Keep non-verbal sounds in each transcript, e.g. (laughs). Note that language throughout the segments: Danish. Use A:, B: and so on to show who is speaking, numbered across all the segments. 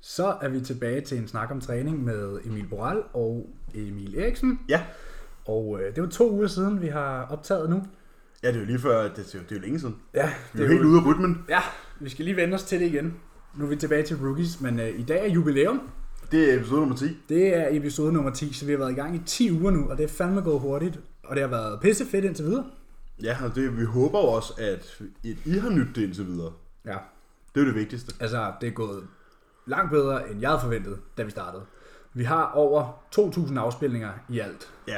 A: Så er vi tilbage til en snak om træning med Emil Boral og Emil Eriksen.
B: Ja,
A: Og øh, det var to uger siden, vi har optaget nu.
B: ja det er jo lige før, det er jo, det er jo længe siden.
A: Ja,
B: Vi er jo helt ude af rytmen.
A: Ja, vi skal lige vende os til det igen. Nu er vi tilbage til rookies, men øh, i dag er jubilæum.
B: Det er episode nummer 10.
A: Det er episode nummer 10, så vi har været i gang i 10 uger nu, og det er fandme gået hurtigt. Og det har været pisse fedt indtil videre.
B: Ja, og det, vi håber jo også, at I har nydt det indtil videre.
A: Ja,
B: Det er jo det vigtigste.
A: altså det er gået langt bedre, end jeg havde forventet, da vi startede. Vi har over 2.000 afspilninger i alt,
B: Ja,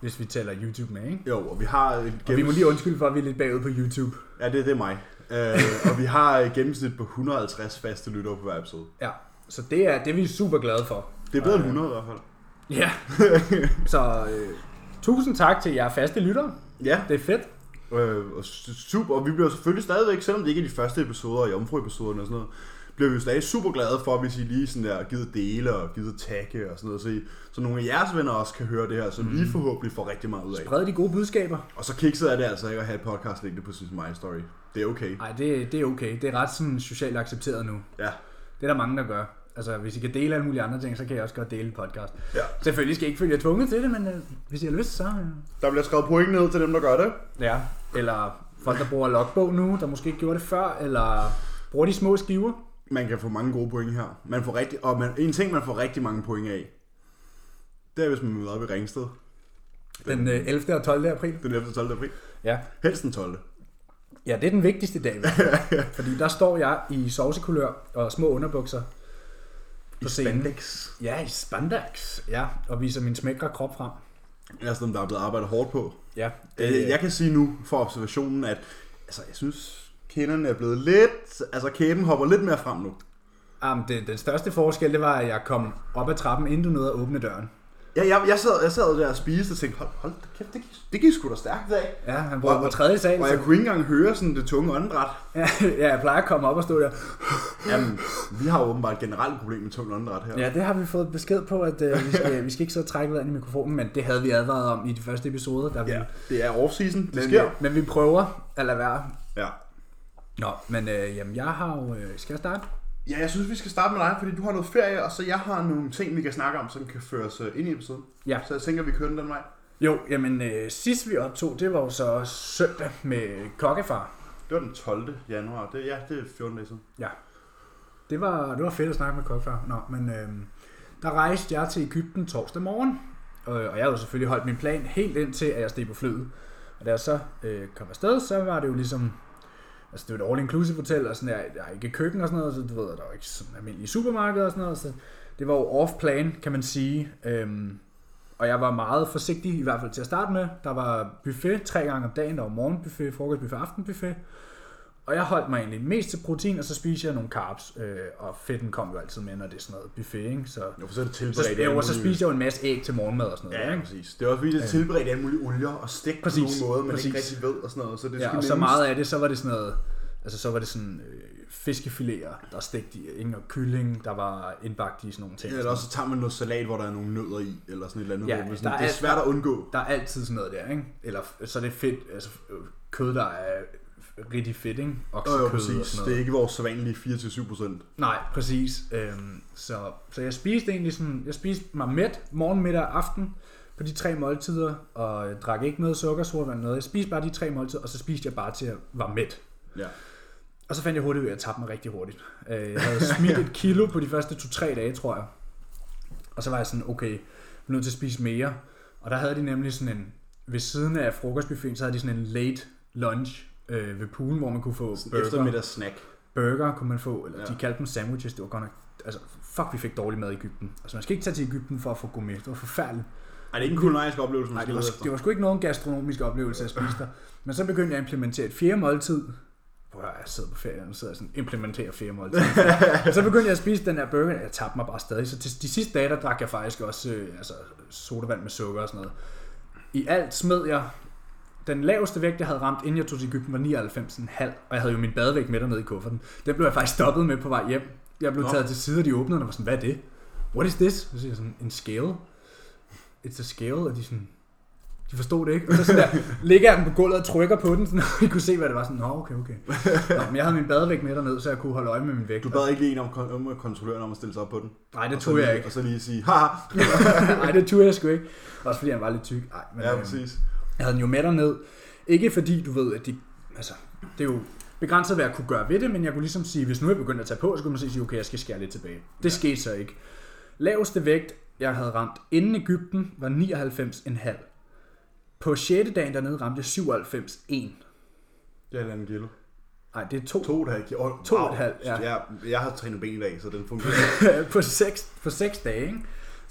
A: hvis vi tæller YouTube med, ikke?
B: jo, og vi har et gennems...
A: Og vi må lige undskylde for, at vi er lidt bagud på YouTube.
B: Ja, det, det er mig. Øh, og vi har et gennemsnit på 150 faste lyttere på hver episode.
A: Ja, så det er det, er vi super glade for.
B: Det er bedre end 100 i hvert fald.
A: Ja. (laughs) så øh, tusind tak til jer faste lyttere.
B: Ja,
A: Det er fedt.
B: øh, og su- super. Og vi bliver selvfølgelig stadigvæk, selvom det ikke er de første episoder og jomfruepisoderne og sådan noget, bliver vi jo stadig super glade for, hvis I lige sådan der givet dele og givet tagge og sådan noget, så, I, så nogle af jeres venner også kan høre det her, så vi forhåbentlig får rigtig meget ud af.
A: Spred de gode budskaber.
B: Og så kikset er det altså ikke at have et podcast liggende på sin My Story. Det er okay.
A: Nej, det, det er okay. Det er ret sådan socialt accepteret nu.
B: Ja.
A: Det er der mange, der gør. Altså, hvis I kan dele alle mulige andre ting, så kan jeg også godt dele en podcast.
B: ja.
A: Selvfølgelig skal I ikke følge jer tvunget til det, men øh, hvis I har lyst, så... Øh.
B: Der bliver skrevet point ned til dem, der gør det.
A: Ja. Eller folk, der bruger logbog nu, der måske ikke gjorde det før, eller bruger de små skiver.
B: Man kan få mange gode point her. Man får rigtig, og man, en ting, man får rigtig mange point af, det er, hvis man møder op i Ringsted
A: Den øh, 11. og 12. april.
B: den 11. 12. april.
A: Ja.
B: Helst den 12.
A: Ja, det er den vigtigste dag. i hvert fald.
B: (laughs)
A: Fordi der står jeg i sovsekulør og små underbukser.
B: I
A: scenen.
B: spandex.
A: Ja, i spandex. Ja, og viser min smækre krop frem.
B: Altså dem, der er blevet arbejdet hårdt på.
A: Ja,
B: Øh, jeg kan sige nu for observationen, at altså, jeg synes, kinderne er blevet lidt... Altså kæben hopper lidt mere frem nu.
A: Jamen, det, den største forskel, det var, at jeg kom op ad trappen, inden du nåede at åbne døren.
B: Ja, jeg, jeg, sad, jeg sad der og spiste og tænkte, hold, hold da kæft, det gik, det gik sgu da stærkt i dag.
A: Ja, han brugte på tredje sal.
B: Og jeg
A: Så,
B: kunne ikke engang høre sådan det tunge åndedræt.
A: ja, (laughs) ja, jeg plejer at komme op og stå der.
B: Jamen, vi har åbenbart et generelt problem med tungt åndedræt her.
A: Ja, det har vi fået besked på, at øh, vi, skal, (laughs) vi skal ikke så trække vejret ind i mikrofonen, men det havde vi advaret om i de første episoder. Der vi,
B: ja. Det er off-season, det
A: men,
B: sker.
A: øh, men vi prøver at lade være.
B: Ja.
A: Nå, men øh, jamen, jeg har jo... Øh, skal jeg starte?
B: ja, jeg synes, vi skal starte med dig, fordi du har noget ferie, og så jeg har nogle ting, vi kan snakke om, som kan føres øh, ind i episoden.
A: Ja.
B: Så jeg tænker, vi kører den den vej.
A: Jo, jamen øh, sidst vi optog, det var jo så søndag med kokkefar.
B: Det var den 12. januar. Det, ja, det er 14 dage siden.
A: Ja. Det var, det var fedt at snakke med kokkefar. Nå, men øh, der rejste jeg til Ægypten torsdag morgen. øh, Og, og jeg havde jo selvfølgelig holdt min plan helt indtil, at jeg steg på flyet. Og da jeg så øh, kom afsted, så var det jo ligesom... Altså det var et all-inclusive hotel, og sådan der, der er ikke køkken og sådan noget, så du ved, der var ikke sådan almindelige supermarkeder og sådan noget, så det var jo off-plan, kan man sige. Øhm, og jeg var meget forsigtig, i hvert fald til at starte med. Der var buffet tre gange om dagen, der var morgenbuffet, frokostbuffet, aftenbuffet. Og jeg holdt mig egentlig mest til protein, og så spiste jeg nogle carbs, øh, og fedten kom jo altid med, når det er sådan noget buffet, ikke? Så,
B: Jo, for så er det
A: så,
B: tilberedt.
A: jo, og så spiste jeg jo en masse æg til morgenmad og sådan noget.
B: Ja,
A: der,
B: ja,
A: ikke?
B: præcis. Det er også fordi, det er tilberedt i alle mulige olier og stegt på
A: Præcis,
B: nogen måde, man ikke
A: præcis.
B: rigtig ved og sådan noget. Så det
A: Ja,
B: skal
A: og så
B: mindes.
A: meget af det, så var det sådan noget, altså så var det sådan øh, fiskefiléer, der stegte i, ikke? og kylling, der var indbagt i sådan nogle ting.
B: Ja, eller også så tager man noget salat, hvor der er nogle nødder i, eller sådan et eller andet.
A: Ja,
B: hvor man
A: der
B: sådan,
A: er
B: det er
A: alt-
B: svært at undgå.
A: Der er altid sådan noget der, ikke? Eller f- så er det fedt, altså øh, kød, der er rigtig fedt, ikke?
B: Jo,
A: Oksekød
B: jo,
A: og sådan
B: præcis.
A: noget.
B: Det er ikke vores sædvanlige 4-7 procent.
A: Nej, præcis. Øhm, så, så jeg spiste egentlig sådan, jeg spiste mig mæt morgen, middag og aften på de tre måltider, og øh, drak ikke noget sukker, sort eller noget. Jeg spiste bare de tre måltider, og så spiste jeg bare til at være mæt.
B: Ja.
A: Og så fandt jeg hurtigt ud af, at jeg tabte mig rigtig hurtigt. Øh, Jeg havde smidt et kilo på de første 2-3 dage, tror jeg. Og så var jeg sådan, okay, jeg er nødt til at spise mere. Og der havde de nemlig sådan en, ved siden af frokostbuffeten, så havde de sådan en late lunch øh, ved poolen, hvor man kunne få burger.
B: Eftermiddagssnack.
A: Burger kunne man få, eller ja.
B: Ja.
A: de kaldte dem sandwiches, det var godt nok, altså fuck, vi fik dårlig mad i Ægypten. Altså man skal ikke tage til Ægypten for at få gourmet, det var forfærdeligt.
B: Ej, det er ikke en kulinarisk oplevelse, man
A: Nej, det
B: skal
A: var,
B: lede efter.
A: det var sgu ikke nogen gastronomisk oplevelse at spise der. Men så begyndte jeg at implementere et fjerde måltid. Prøv at høre, jeg sidder på ferie, og nu sidder jeg sådan, implementerer fjerde
B: (laughs)
A: måltid. Og så begyndte jeg at spise den her burger, og jeg tabte mig bare stadig. Så til de sidste dage, der drak jeg faktisk også øh, altså, sodavand med sukker og sådan noget. I alt smed jeg den laveste vægt, jeg havde ramt, inden jeg tog til Ægypten, var 99,5, og jeg havde jo min badevægt med dernede i kufferten. Den blev jeg faktisk stoppet med på vej hjem. Jeg blev
B: Nå.
A: taget til side, og de åbnede, og var sådan, hvad er det? What is this? Så siger jeg sådan, en scale. It's a scale, og de er sådan, De forstod det ikke. Og så sådan der, ligger jeg den på gulvet og trykker på den, sådan, (laughs) og I kunne se, hvad det var. Sådan, Nå, okay, okay. Nå, men jeg havde min badevægt med dernede, så jeg kunne holde øje med min vægt.
B: Du bad ikke lige en om, kon- om kontrolløren om at stille sig op på den?
A: Nej,
B: Og
A: det
B: så
A: tog
B: lige,
A: jeg ikke.
B: Og så lige sige, haha.
A: Nej, det turde jeg sgu ikke. Også fordi han var lidt tyk. Ej, men,
B: Ja,
A: øhm,
B: præcis.
A: Jeg havde den jo med derned. Ikke fordi, du ved, at de... Altså, det er jo begrænset, hvad jeg kunne gøre ved det, men jeg kunne ligesom sige, hvis nu jeg begyndte at tage på, så kunne man sige, okay, jeg skal skære lidt tilbage. Det ja. skete så ikke. Laveste vægt, jeg havde ramt inden Ægypten, var 99,5. På 6. dagen dernede ramte jeg 97,1.
B: Jeg er en kilo.
A: Nej, det er to.
B: To og et halvt kilo. Oh,
A: To og et halvt, ja.
B: Jeg, jeg har trænet ben i dag, så den fungerer.
A: (laughs) på, seks, på seks dage, ikke?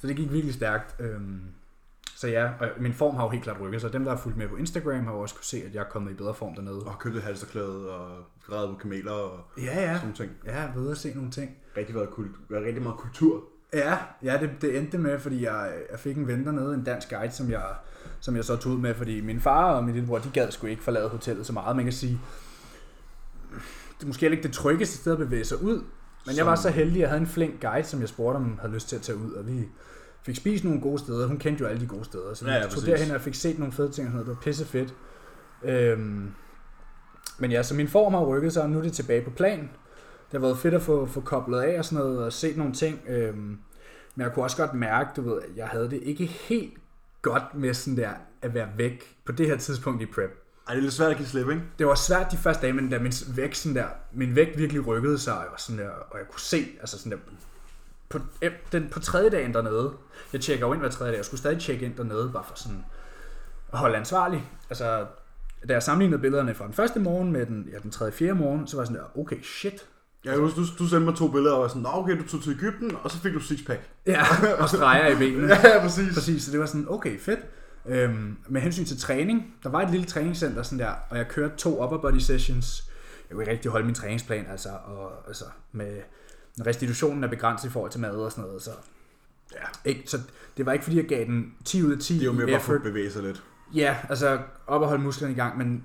A: Så det gik virkelig stærkt. Øhm, så ja, og min form har jo helt klart rykket sig. Dem, der har fulgt med på Instagram, har jo også kunne se, at jeg er kommet i bedre form dernede.
B: og købte et halserklæde og grædet på kameler og
A: Ja, ja.
B: sådan nogle ting.
A: Ja, jeg er ved at se nogle ting.
B: Rigtig, været kult, været rigtig meget kultur.
A: Ja, ja det, det endte med, fordi jeg, jeg fik en ven dernede, en dansk guide, som jeg, som jeg så tog ud med, fordi min far og min lillebror, de gad sgu ikke forlade hotellet så meget. Man kan sige, det er måske heller ikke det tryggeste sted at bevæge sig ud, men jeg var så
B: Som-
A: heldig, at jeg havde en flink guide, som jeg spurgte, om hun havde lyst til at tage ud, og vi fik spist nogle gode steder. Hun kendte jo alle de gode steder, så vi
B: Ja, ja,
A: ja, tog
B: præcis.
A: derhen og fik set nogle fede ting, og sådan noget. det var pisse fedt. Øhm, men ja, så min form har rykket sig, og nu er det tilbage på plan. Det har været fedt at få, få koblet af og sådan noget, og set nogle ting. Øhm, men jeg kunne også godt mærke, du ved, at jeg havde det ikke helt godt med sådan der at være væk på det her tidspunkt i prep.
B: Ej, det er lidt svært at give slip, ikke?
A: Det var svært de første dage, men da min vægt, sådan der, min vægt virkelig rykkede sig, og jeg, var sådan der, og jeg kunne se, altså sådan der, på, eh, den, på tredje dagen dernede, jeg tjekker jo ind hver tredje dag, jeg skulle stadig tjekke ind dernede, bare for sådan at holde ansvarlig. Altså, da jeg sammenlignede billederne fra den første morgen med den, ja, den tredje, fjerde morgen, så var jeg sådan der, okay, shit.
B: Jeg kan huske, du, du sendte mig to billeder, og jeg var sådan, "Nå, okay, du tog til Ægypten, og så fik du sixpack.
A: Ja, og streger i benene.
B: (laughs) Ja, ja, præcis.
A: Præcis, så det var sådan, okay, fedt. Øhm, med hensyn til træning, der var et lille træningscenter sådan der, og jeg kørte to upper body sessions. Jeg kunne ikke rigtig holde min træningsplan, altså, og altså, med restitutionen er begrænset i forhold til mad og sådan noget, så, ja. ikke, så det var ikke fordi, jeg gav den 10 ud af 10
B: Det er jo mere
A: i
B: bare for
A: effort.
B: at bevæge sig lidt.
A: Ja, altså op og holde musklerne i gang, men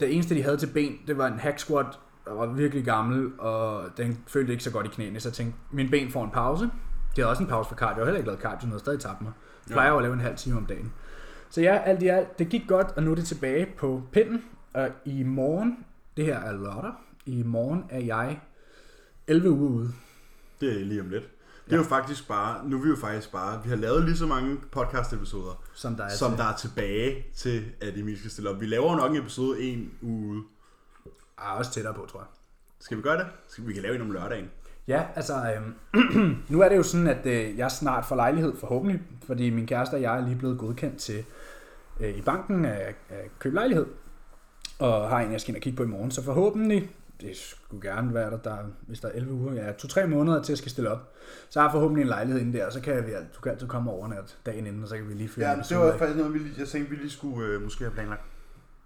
A: det eneste, de havde til ben, det var en hack squat, der var virkelig gammel, og den følte ikke så godt i knæene, så jeg tænkte, min ben får en pause. De havde også en pause for cardio, jeg havde heller ikke lavet cardio, den havde stadig tabt mig. Jeg plejer jo at lave en halv time om dagen. Så ja, alt i alt, det gik godt, og nu er det tilbage på pinden, og i morgen, det her er lørdag, i morgen er jeg 11 uger ude.
B: Det er lige om lidt. Det er jo faktisk bare, nu er vi jo faktisk bare, vi har lavet lige så mange podcast-episoder,
A: Som der er
B: som
A: til.
B: der er tilbage til, at Emil skal stille op. Vi laver jo nok en episode en uge ude.
A: Ah, også tættere på, tror jeg.
B: Skal vi gøre det? Skal vi kan lave en om lørdagen.
A: Ja, altså, øh, (clears throat) nu er det jo sådan, at øh, jeg snart får lejlighed forhåbentlig, fordi min kæreste og jeg er lige blevet godkendt til øh, i banken at, at købe lejlighed, og har en, jeg skal ind og kigge på i morgen, så forhåbentlig, det skulle gerne være der, der hvis der er 11 uger, ja, 2-3 måneder til, at jeg skal stille op, så har jeg forhåbentlig en lejlighed inden der, og så kan vi, alt- du kan altid komme over nat dagen inden, og så kan vi lige fyre en episode af.
B: faktisk noget, vi, lige- jeg tænkte, vi lige skulle øh, måske have planlagt.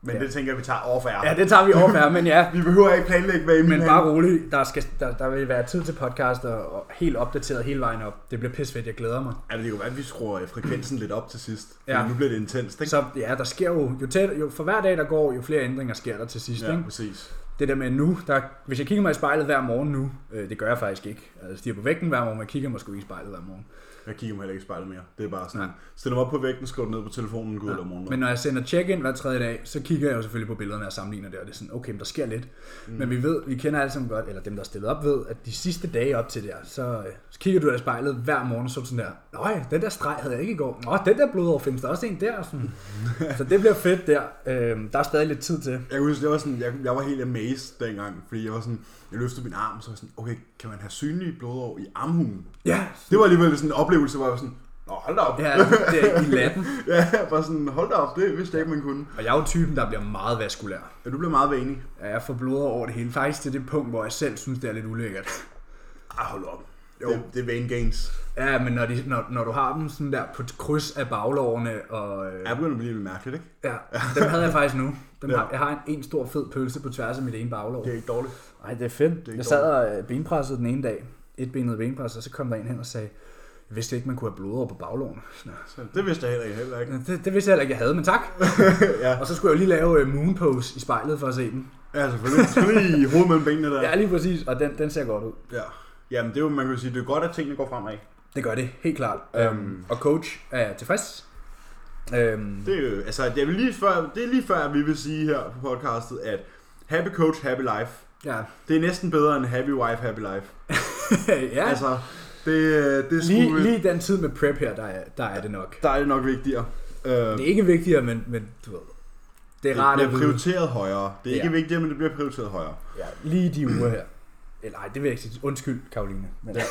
B: Men
A: Ja.
B: det tænker jeg, vi tager over for jer.
A: Ja, det tager vi overfærd, men
B: (laughs)
A: ja,
B: Vi behøver ikke planlægge, hvad Emil
A: men
B: han-
A: bare rolig, der, skal, der, der vil være tid til podcast og, og helt opdateret hele vejen op. Det bliver pissefedt, jeg glæder mig.
B: Altså, det kan være, at vi skruer øh, frekvensen lidt op til sidst.
A: Ja.
B: Ja. Nu bliver det intenst, ikke?
A: Så ja, der sker jo, jo, tæt, jo for hver dag, der går, jo flere ændringer sker der til sidst. Ja.
B: Ja,
A: Ikke?
B: præcis.
A: Det der med nu, der, hvis jeg kigger mig i spejlet hver morgen nu, øh, det gør jeg faktisk ikke. Altså, jeg stiger på vægten hver morgen, men jeg kigger mig sgu ikke i spejlet hver morgen.
B: Jeg kigger mig heller ikke i spejlet mere. Det er bare sådan,
A: Nej.
B: stille mig op på vægten, skriv den ned på telefonen, gå ud og lave morgenmad.
A: Men når jeg sender check-in hver tredje dag, så kigger jeg jo selvfølgelig på billederne og sammenligner det, og det er sådan, okay, men der sker lidt. Mm. Men vi ved, vi kender alle sammen godt, eller dem, der er stillet op, ved, at de sidste dage op til der, så, øh, så kigger du dig i spejlet hver morgen, og så er du sådan der, nej, den der streg havde jeg ikke i går. Nå, den der blodår, findes der også en der? Og (laughs) Sådan. så det bliver fedt der. Øh, der er stadig lidt tid til.
B: Jeg kan huske, jeg var, sådan, jeg, jeg var helt amazed dengang, fordi jeg var sådan, jeg løftede min arm, så var jeg sådan, okay, kan man have synlige blodår i armhulen?
A: Ja,
B: Det var alligevel sådan en oplevelse, hvor jeg var sådan, Nå, hold da op.
A: Ja, det er i latten.
B: (laughs) ja, bare sådan, hold da op, det vidste jeg ikke, man kunne.
A: Og jeg er jo typen, der bliver meget vaskulær.
B: Ja, du blev meget vanig.
A: Ja, Jeg får blod over det hele. Faktisk til det punkt, hvor jeg selv synes, det er lidt ulækkert.
B: Ah, hold op. Jo. Det, det er vane gains.
A: Ja, men når, de, når, når du har dem sådan der på et kryds af baglårene, og øh,
B: Jeg begynder at blive lidt mærkeligt, ikke?
A: ja, dem havde jeg faktisk nu. Dem
B: Ja.
A: har, jeg har en, en stor fed pølse på tværs af mit ene baglår.
B: Det er ikke dårligt.
A: Nej, det er fedt.
B: ikke
A: jeg sad og øh, benpressede den ene dag. Et benet benpres, og så kom der en hen og sagde, jeg vidste ikke, man kunne have blod over på baglårene. Nå.
B: Så det vidste jeg heller ikke. Heller ikke.
A: Det, det vidste jeg heller ikke, jeg havde, men tak.
B: (laughs) Ja.
A: Og så skulle jeg jo lige lave øh, moon pose i spejlet for at se den.
B: Ja, selvfølgelig. Selvfølgelig i hovedet mellem benene der.
A: Ja, lige præcis, og den, den ser godt ud.
B: Ja. Jamen, det er jo, man kan jo sige, det er godt, at tingene går fremad.
A: Det gør det, helt klart. Øhm, og coach er tilfreds. Øhm,
B: Det er jo, altså, det er, vel lige før, det er lige før, at vi vil sige her på podcastet, at happy coach, happy life.
A: ja. (laughs)
B: Det er næsten bedre end happy wife, happy life.
A: ja.
B: Ja.
A: Altså,
B: Altså, det, det er sgu,
A: lige, lige den tid med prep her, der er, der er det nok.
B: der er det nok vigtigere. Øh,
A: Det er ikke vigtigere, men, men du ved, det er
B: det
A: rart at
B: bliver
A: vide.
B: prioriteret højere. Det er ikke
A: Ja.
B: vigtigere, men det bliver prioriteret højere.
A: Ja, lige de uger her. Eller ej, det vil jeg ikke sige. Undskyld, Karoline. Men, ja.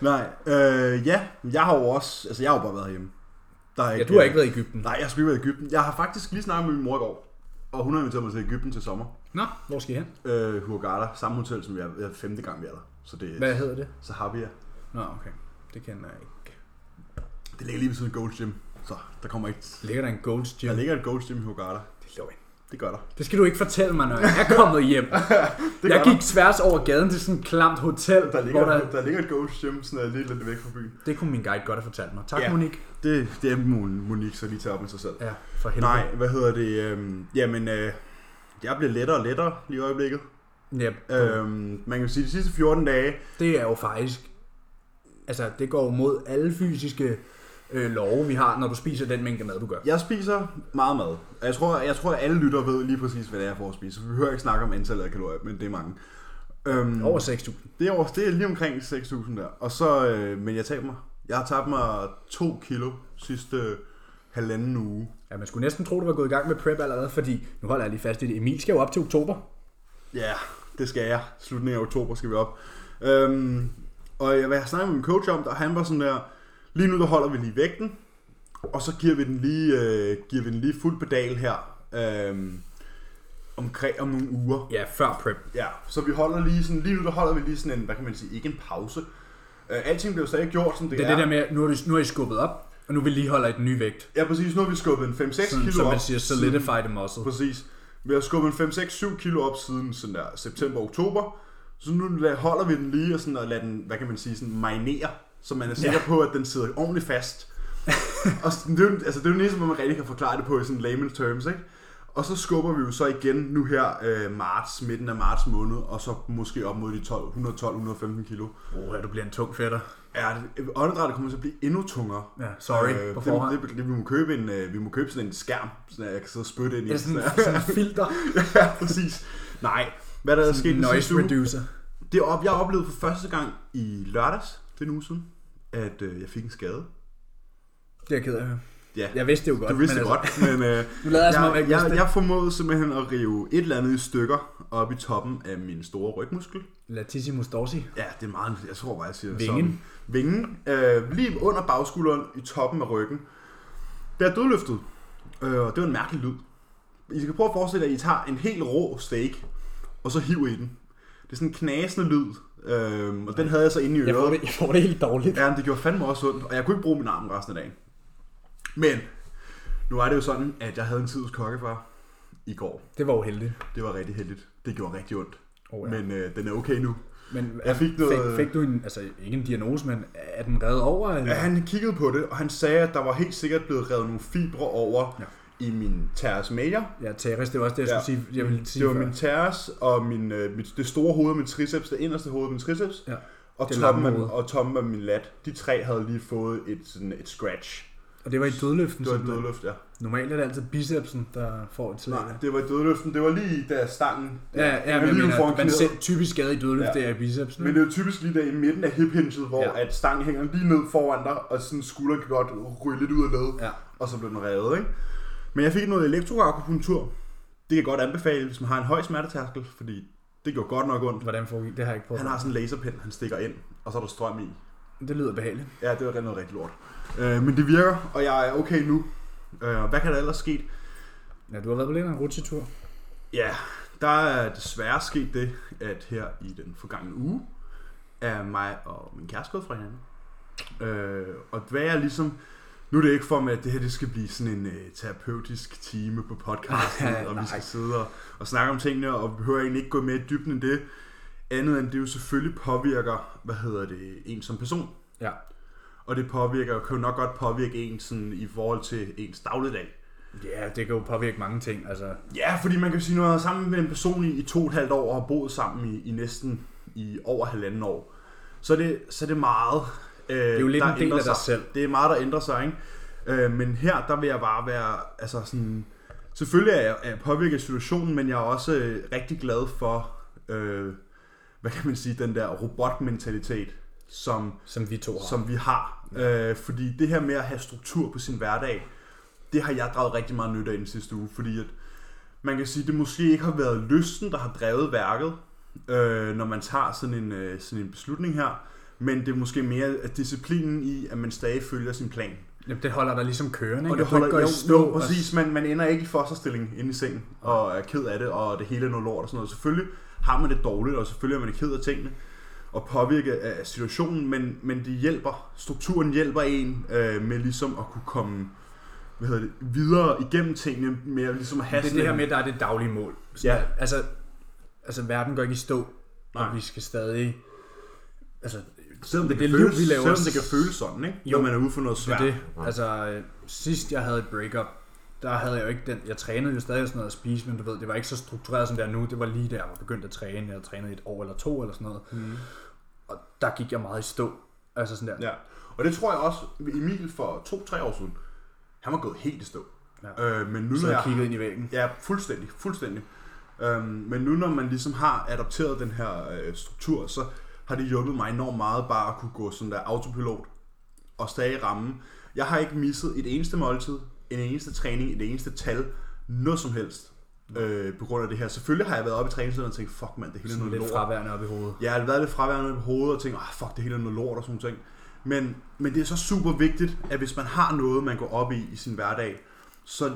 B: Nej, øh, ja, jeg har jo også, altså jeg har jo bare været hjemme. Der er
A: ja, du har ikke været i Ægypten.
B: Nej, jeg har sgu ikke været i Ægypten. Jeg har faktisk lige snakket med min mor i går, og hun har inviteret mig til Ægypten til sommer.
A: Nå, hvor skal I hen?
B: Øh, Hurghada, samme hotel, som jeg er femte gang, vi er der. Så det
A: Hvad hedder det?
B: Så har vi jer.
A: Nå, okay. Det kender jeg ikke.
B: Det ligger lige ved siden af Gold's Gym, så der kommer ikke...
A: Ligger der en Gold's Gym?
B: Der ligger et Gold's Gym i Hurghada.
A: Det er løgn.
B: Det gør der.
A: Det skal du ikke fortælle mig, når jeg er kommet hjem.
B: (laughs) Det
A: jeg
B: gør
A: gik tværs over gaden til sådan et klamt hotel,
B: der. Der ligger,
A: hvor der...
B: der... ligger et Gold's Gym, sådan er lige lidt væk fra byen.
A: Det kunne min guide godt have fortalt mig. Tak,
B: Ja.
A: ja. Monique.
B: Det, det er Mon- Monique, så lige tager op med sig selv.
A: Ja, for helvede.
B: Nej, hvad hedder det? Øhm, jamen, øh, jeg bliver lettere og lettere lige i øjeblikket.
A: Ja,
B: Øhm, man kan sige, de sidste 14 dage,
A: det er jo faktisk... Altså, det går jo mod alle fysiske øh, love, vi har, når du spiser den mængde mad, du gør.
B: jeg spiser meget mad. Og jeg tror, jeg tror, at alle lytter ved lige præcis, hvad det er, jeg får at spise. Så vi behøver ikke snakke om antallet af kalorier, men det er mange. Øhm,
A: Over 6.000.
B: Det er, over, det er lige omkring 6.000 der. Og så, øh, men jeg taber mig. Jeg har tabt mig 2 kilo sidste øh, halvanden uge.
A: Ja, man skulle næsten tro, du var gået i gang med prep allerede, fordi nu holder jeg lige fast i det. Emil skal jo op til oktober.
B: Ja, det skal jeg. Slutningen af oktober skal vi op. Øhm, og jeg, hvad jeg snakkede med min coach om, der, han var sådan der, lige nu der holder vi lige vægten, og så giver vi den lige, øh, giver vi den lige fuld pedal her øhm, omkring om nogle uger.
A: Ja, før prep.
B: Ja, så vi holder lige sådan, lige nu der holder vi lige sådan en, hvad kan man sige, ikke en pause. Øh, alting bliver stadig gjort, som det,
A: Det er ja. det der med, at nu er, det, nu er I skubbet op, og nu vedligeholder I den nye vægt.
B: Ja, præcis. Nu har vi skubbet en 5-6
A: Sådan,
B: kilo
A: som
B: op.
A: man siger,
B: siden-
A: solidify the muscle.
B: Præcis. Vi har skubbet en 5-6-7 kilo op siden sådan der, september oktober. Så nu la- holder vi den lige og, sådan, og lader den, hvad kan man sige, sådan marinere, så man er sikker ja. på, at den sidder ordentligt
A: (laughs)
B: fast. og sådan, det, er jo, altså, det er jo næsten, hvor man rigtig kan forklare det på i sådan layman's terms, ikke? Og så skubber vi jo så igen nu her øh, marts, midten af marts måned, og så måske op mod de 12, 112-115 kilo.
A: Åh, oh, du bliver en tung fætter.
B: Ja, det- øh, åndedrættet kommer til at blive endnu tungere. Øh,
A: Ja, sorry på forhånd.
B: det, det, det, vi, må købe en, øh, vi må købe sådan en skærm, så jeg kan sidde og spytte ind i.
A: Det er sådan, sådan en filter.
B: (laughs) ja, præcis. Nej, hvad der er sket den
A: Noise
B: sidste uge,
A: reducer.
B: det op, jeg oplevede for første gang i lørdags, det er en uge siden, at øh, jeg fik en skade.
A: Det er jeg ked af. at høre.
B: Ja,
A: Jeg vidste det jo godt.
B: du vidste det
A: men altså,
B: godt, men øh,
A: (laughs) Nu lader jeg, som om, jeg
B: jeg,
A: ikke vidste
B: jeg,
A: det.
B: jeg formåede simpelthen at rive et eller andet i stykker op i toppen af min store rygmuskel.
A: Latissimus dorsi.
B: Ja, det er meget, jeg tror bare, jeg siger det
A: Vingen.
B: sådan. Vingen. Øh, lige under bagskulderen i toppen af ryggen. Det er dødløftet. Øh, og det var en mærkelig lyd. I skal prøve at forestille jer, at I tager en helt rå steak, og så hiver I den. Det er sådan en knasende lyd, øh, og den havde jeg så inde i
A: Jeg får,
B: øret.
A: det, jeg får det helt dårligt.
B: Ja, men det gjorde fandme også ondt, og jeg kunne ikke bruge min arm resten af dagen. Men nu er det jo sådan, at jeg havde en tid hos kokkefar i går.
A: Det var uheldigt.
B: Det var rigtig heldigt. Det gjorde rigtig ondt.
A: Oh,
B: Men øh, den er okay nu.
A: men
B: jeg fik noget-
A: fik, fik du en, altså ikke en diagnose, men er den reddet over? Eller?
B: Ja, han kiggede på det, og han sagde, at der var helt sikkert blevet revet nogle fibre over ja. i min teres major.
A: Ja, Teres, det var også det, jeg
B: Ja.
A: skulle sige. Jeg ville sige
B: Det var
A: før.
B: min teres og min, øh, mit, det store hoved af min triceps, det inderste hoved af min triceps,
A: Ja.
B: og,
A: Det
B: toppen af,
A: lange hoved.
B: og toppen af min lat. De tre havde lige fået et, sådan et scratch.
A: Og det var i dødløften.
B: Det var et
A: simpelthen.
B: dødløft, ja.
A: Normalt er det altid bicepsen, der får et slag.
B: Nej, det var et dødløften. Det var lige da stangen...
A: Ja, ja,
B: den
A: ja
B: var
A: men jeg
B: lige
A: mener,
B: foran
A: man
B: knæet.
A: ser typisk skade i dødløft,
B: Ja.
A: ja. det er i bicepsen.
B: Mm. Men
A: Men
B: det er jo typisk lige der i midten af hip hinget, hvor ja.
A: Ja.
B: at stangen hænger lige ned foran dig, og sådan skulderen kan godt ryge lidt ud af led.
A: Ja.
B: og så blev den revet, ikke? Men jeg fik noget elektroakupunktur. Det kan godt anbefale, hvis man har en høj smertetærskel, fordi det gjorde godt nok ondt.
A: Hvordan får vi det? har jeg ikke prøvet.
B: Han har sådan en laserpind, han stikker ind, og så er der strøm i.
A: Det lyder behageligt.
B: Ja, det var noget rigtig lort. Øh, men det virker, og jeg er okay nu. Øh, hvad kan der ellers ske?
A: Ja, du har været på lidt af en rutsjetur.
B: Ja, der er desværre sket det, at her i den forgangne uge, er mig og min kæreste gået fra hinanden. Øh, og hvad jeg ligesom... Nu er det ikke for mig, at det her det skal blive sådan en øh, terapeutisk time på podcasten,
A: Nej.
B: og vi skal sidde og, og snakke om tingene, og vi behøver egentlig ikke gå mere i dybden end det. Andet end det jo selvfølgelig påvirker, hvad hedder det, en som person.
A: Ja.
B: Og det påvirker, kan jo nok godt påvirke en sådan, i forhold til ens dagligdag.
A: Ja, det kan jo påvirke mange ting. Altså,
B: Ja, fordi man kan jo sige, når man har været sammen med en person i, i to og et halvt år og har boet sammen i, i næsten i over halvanden år, så er det, så er det meget, øh,
A: det er jo lidt
B: der
A: en del
B: ændrer
A: af dig
B: sig.
A: selv.
B: Det er meget, der ændrer sig, ikke? Øh, men her, der vil jeg bare være, altså sådan, selvfølgelig er jeg, er jeg påvirket af situationen, men jeg er også øh, rigtig glad for, øh, hvad kan man sige, den der robotmentalitet, som
A: som vi to har.
B: som vi har. Øh, fordi det her med at have struktur på sin hverdag, det har jeg draget rigtig meget nytte af den sidste uge, fordi at man kan sige, at det måske ikke har været lysten, der har drevet værket, øh, når man tager sådan en, øh, sådan en beslutning her, men det er måske mere at disciplinen i, at man stadig følger sin plan.
A: Jamen, det holder dig ligesom kørende, ikke?
B: Og det
A: At du ikke
B: holder
A: går i
B: jo,
A: stå altså.
B: jo,
A: og-
B: præcis, man, man ender ikke i fosterstilling inde i sengen, og er ked af det, og det hele er noget lort og sådan noget. Selvfølgelig har man det dårligt, og selvfølgelig er man ked af tingene, og påvirket af situationen, men, men det hjælper, strukturen hjælper en øh, med ligesom at kunne komme hvad hedder det, videre igennem tingene, med at ligesom at have
A: Det er
B: sådan
A: det her
B: en-
A: med, at der er det daglige mål.
B: Ja.
A: at- Altså, altså, verden går ikke i stå, Nej.
B: Nej.
A: og vi skal stadig... Altså,
B: selvom det,
A: det
B: kan
A: liv,
B: føles,
A: vi laver,
B: selvom det kan føles sådan, ikke?
A: Jo.
B: når man er ude for noget
A: det er
B: svært.
A: det. Altså, øh, sidst jeg havde et breakup, der havde jeg jo ikke den... Jeg trænede jo stadig sådan noget at spise, men du ved, det var ikke så struktureret som det er nu. Det var lige der, jeg var begyndt at træne. Jeg havde trænet i et år eller to eller sådan noget.
B: Mm.
A: Og der gik jeg meget i stå. Altså sådan der.
B: Ja. Og det tror jeg også, Emil for to-tre år siden, han var gået helt i stå.
A: Ja.
B: Øh, men nu
A: Så
B: når
A: jeg
B: jeg
A: kiggede ind i væggen.
B: Ja, fuldstændig, fuldstændig. Øhm, men nu når man ligesom har adopteret den her øh, struktur, så har det hjulpet mig enormt meget bare at kunne gå sådan der autopilot og stadig ramme. Jeg har ikke misset et eneste måltid, en eneste træning, et eneste tal, noget som helst øh, på grund af det her. Selvfølgelig har jeg været oppe i træningsstedet og tænkt, fuck mand, det hele er
A: Sådan
B: noget
A: lidt
B: lort.
A: fraværende op i hovedet.
B: Jeg har været lidt fraværende på hovedet og tænkt, ah fuck, det hele er noget lort og sådan nogle ting. Men, men det er så super vigtigt, at hvis man har noget, man går op i i sin hverdag, så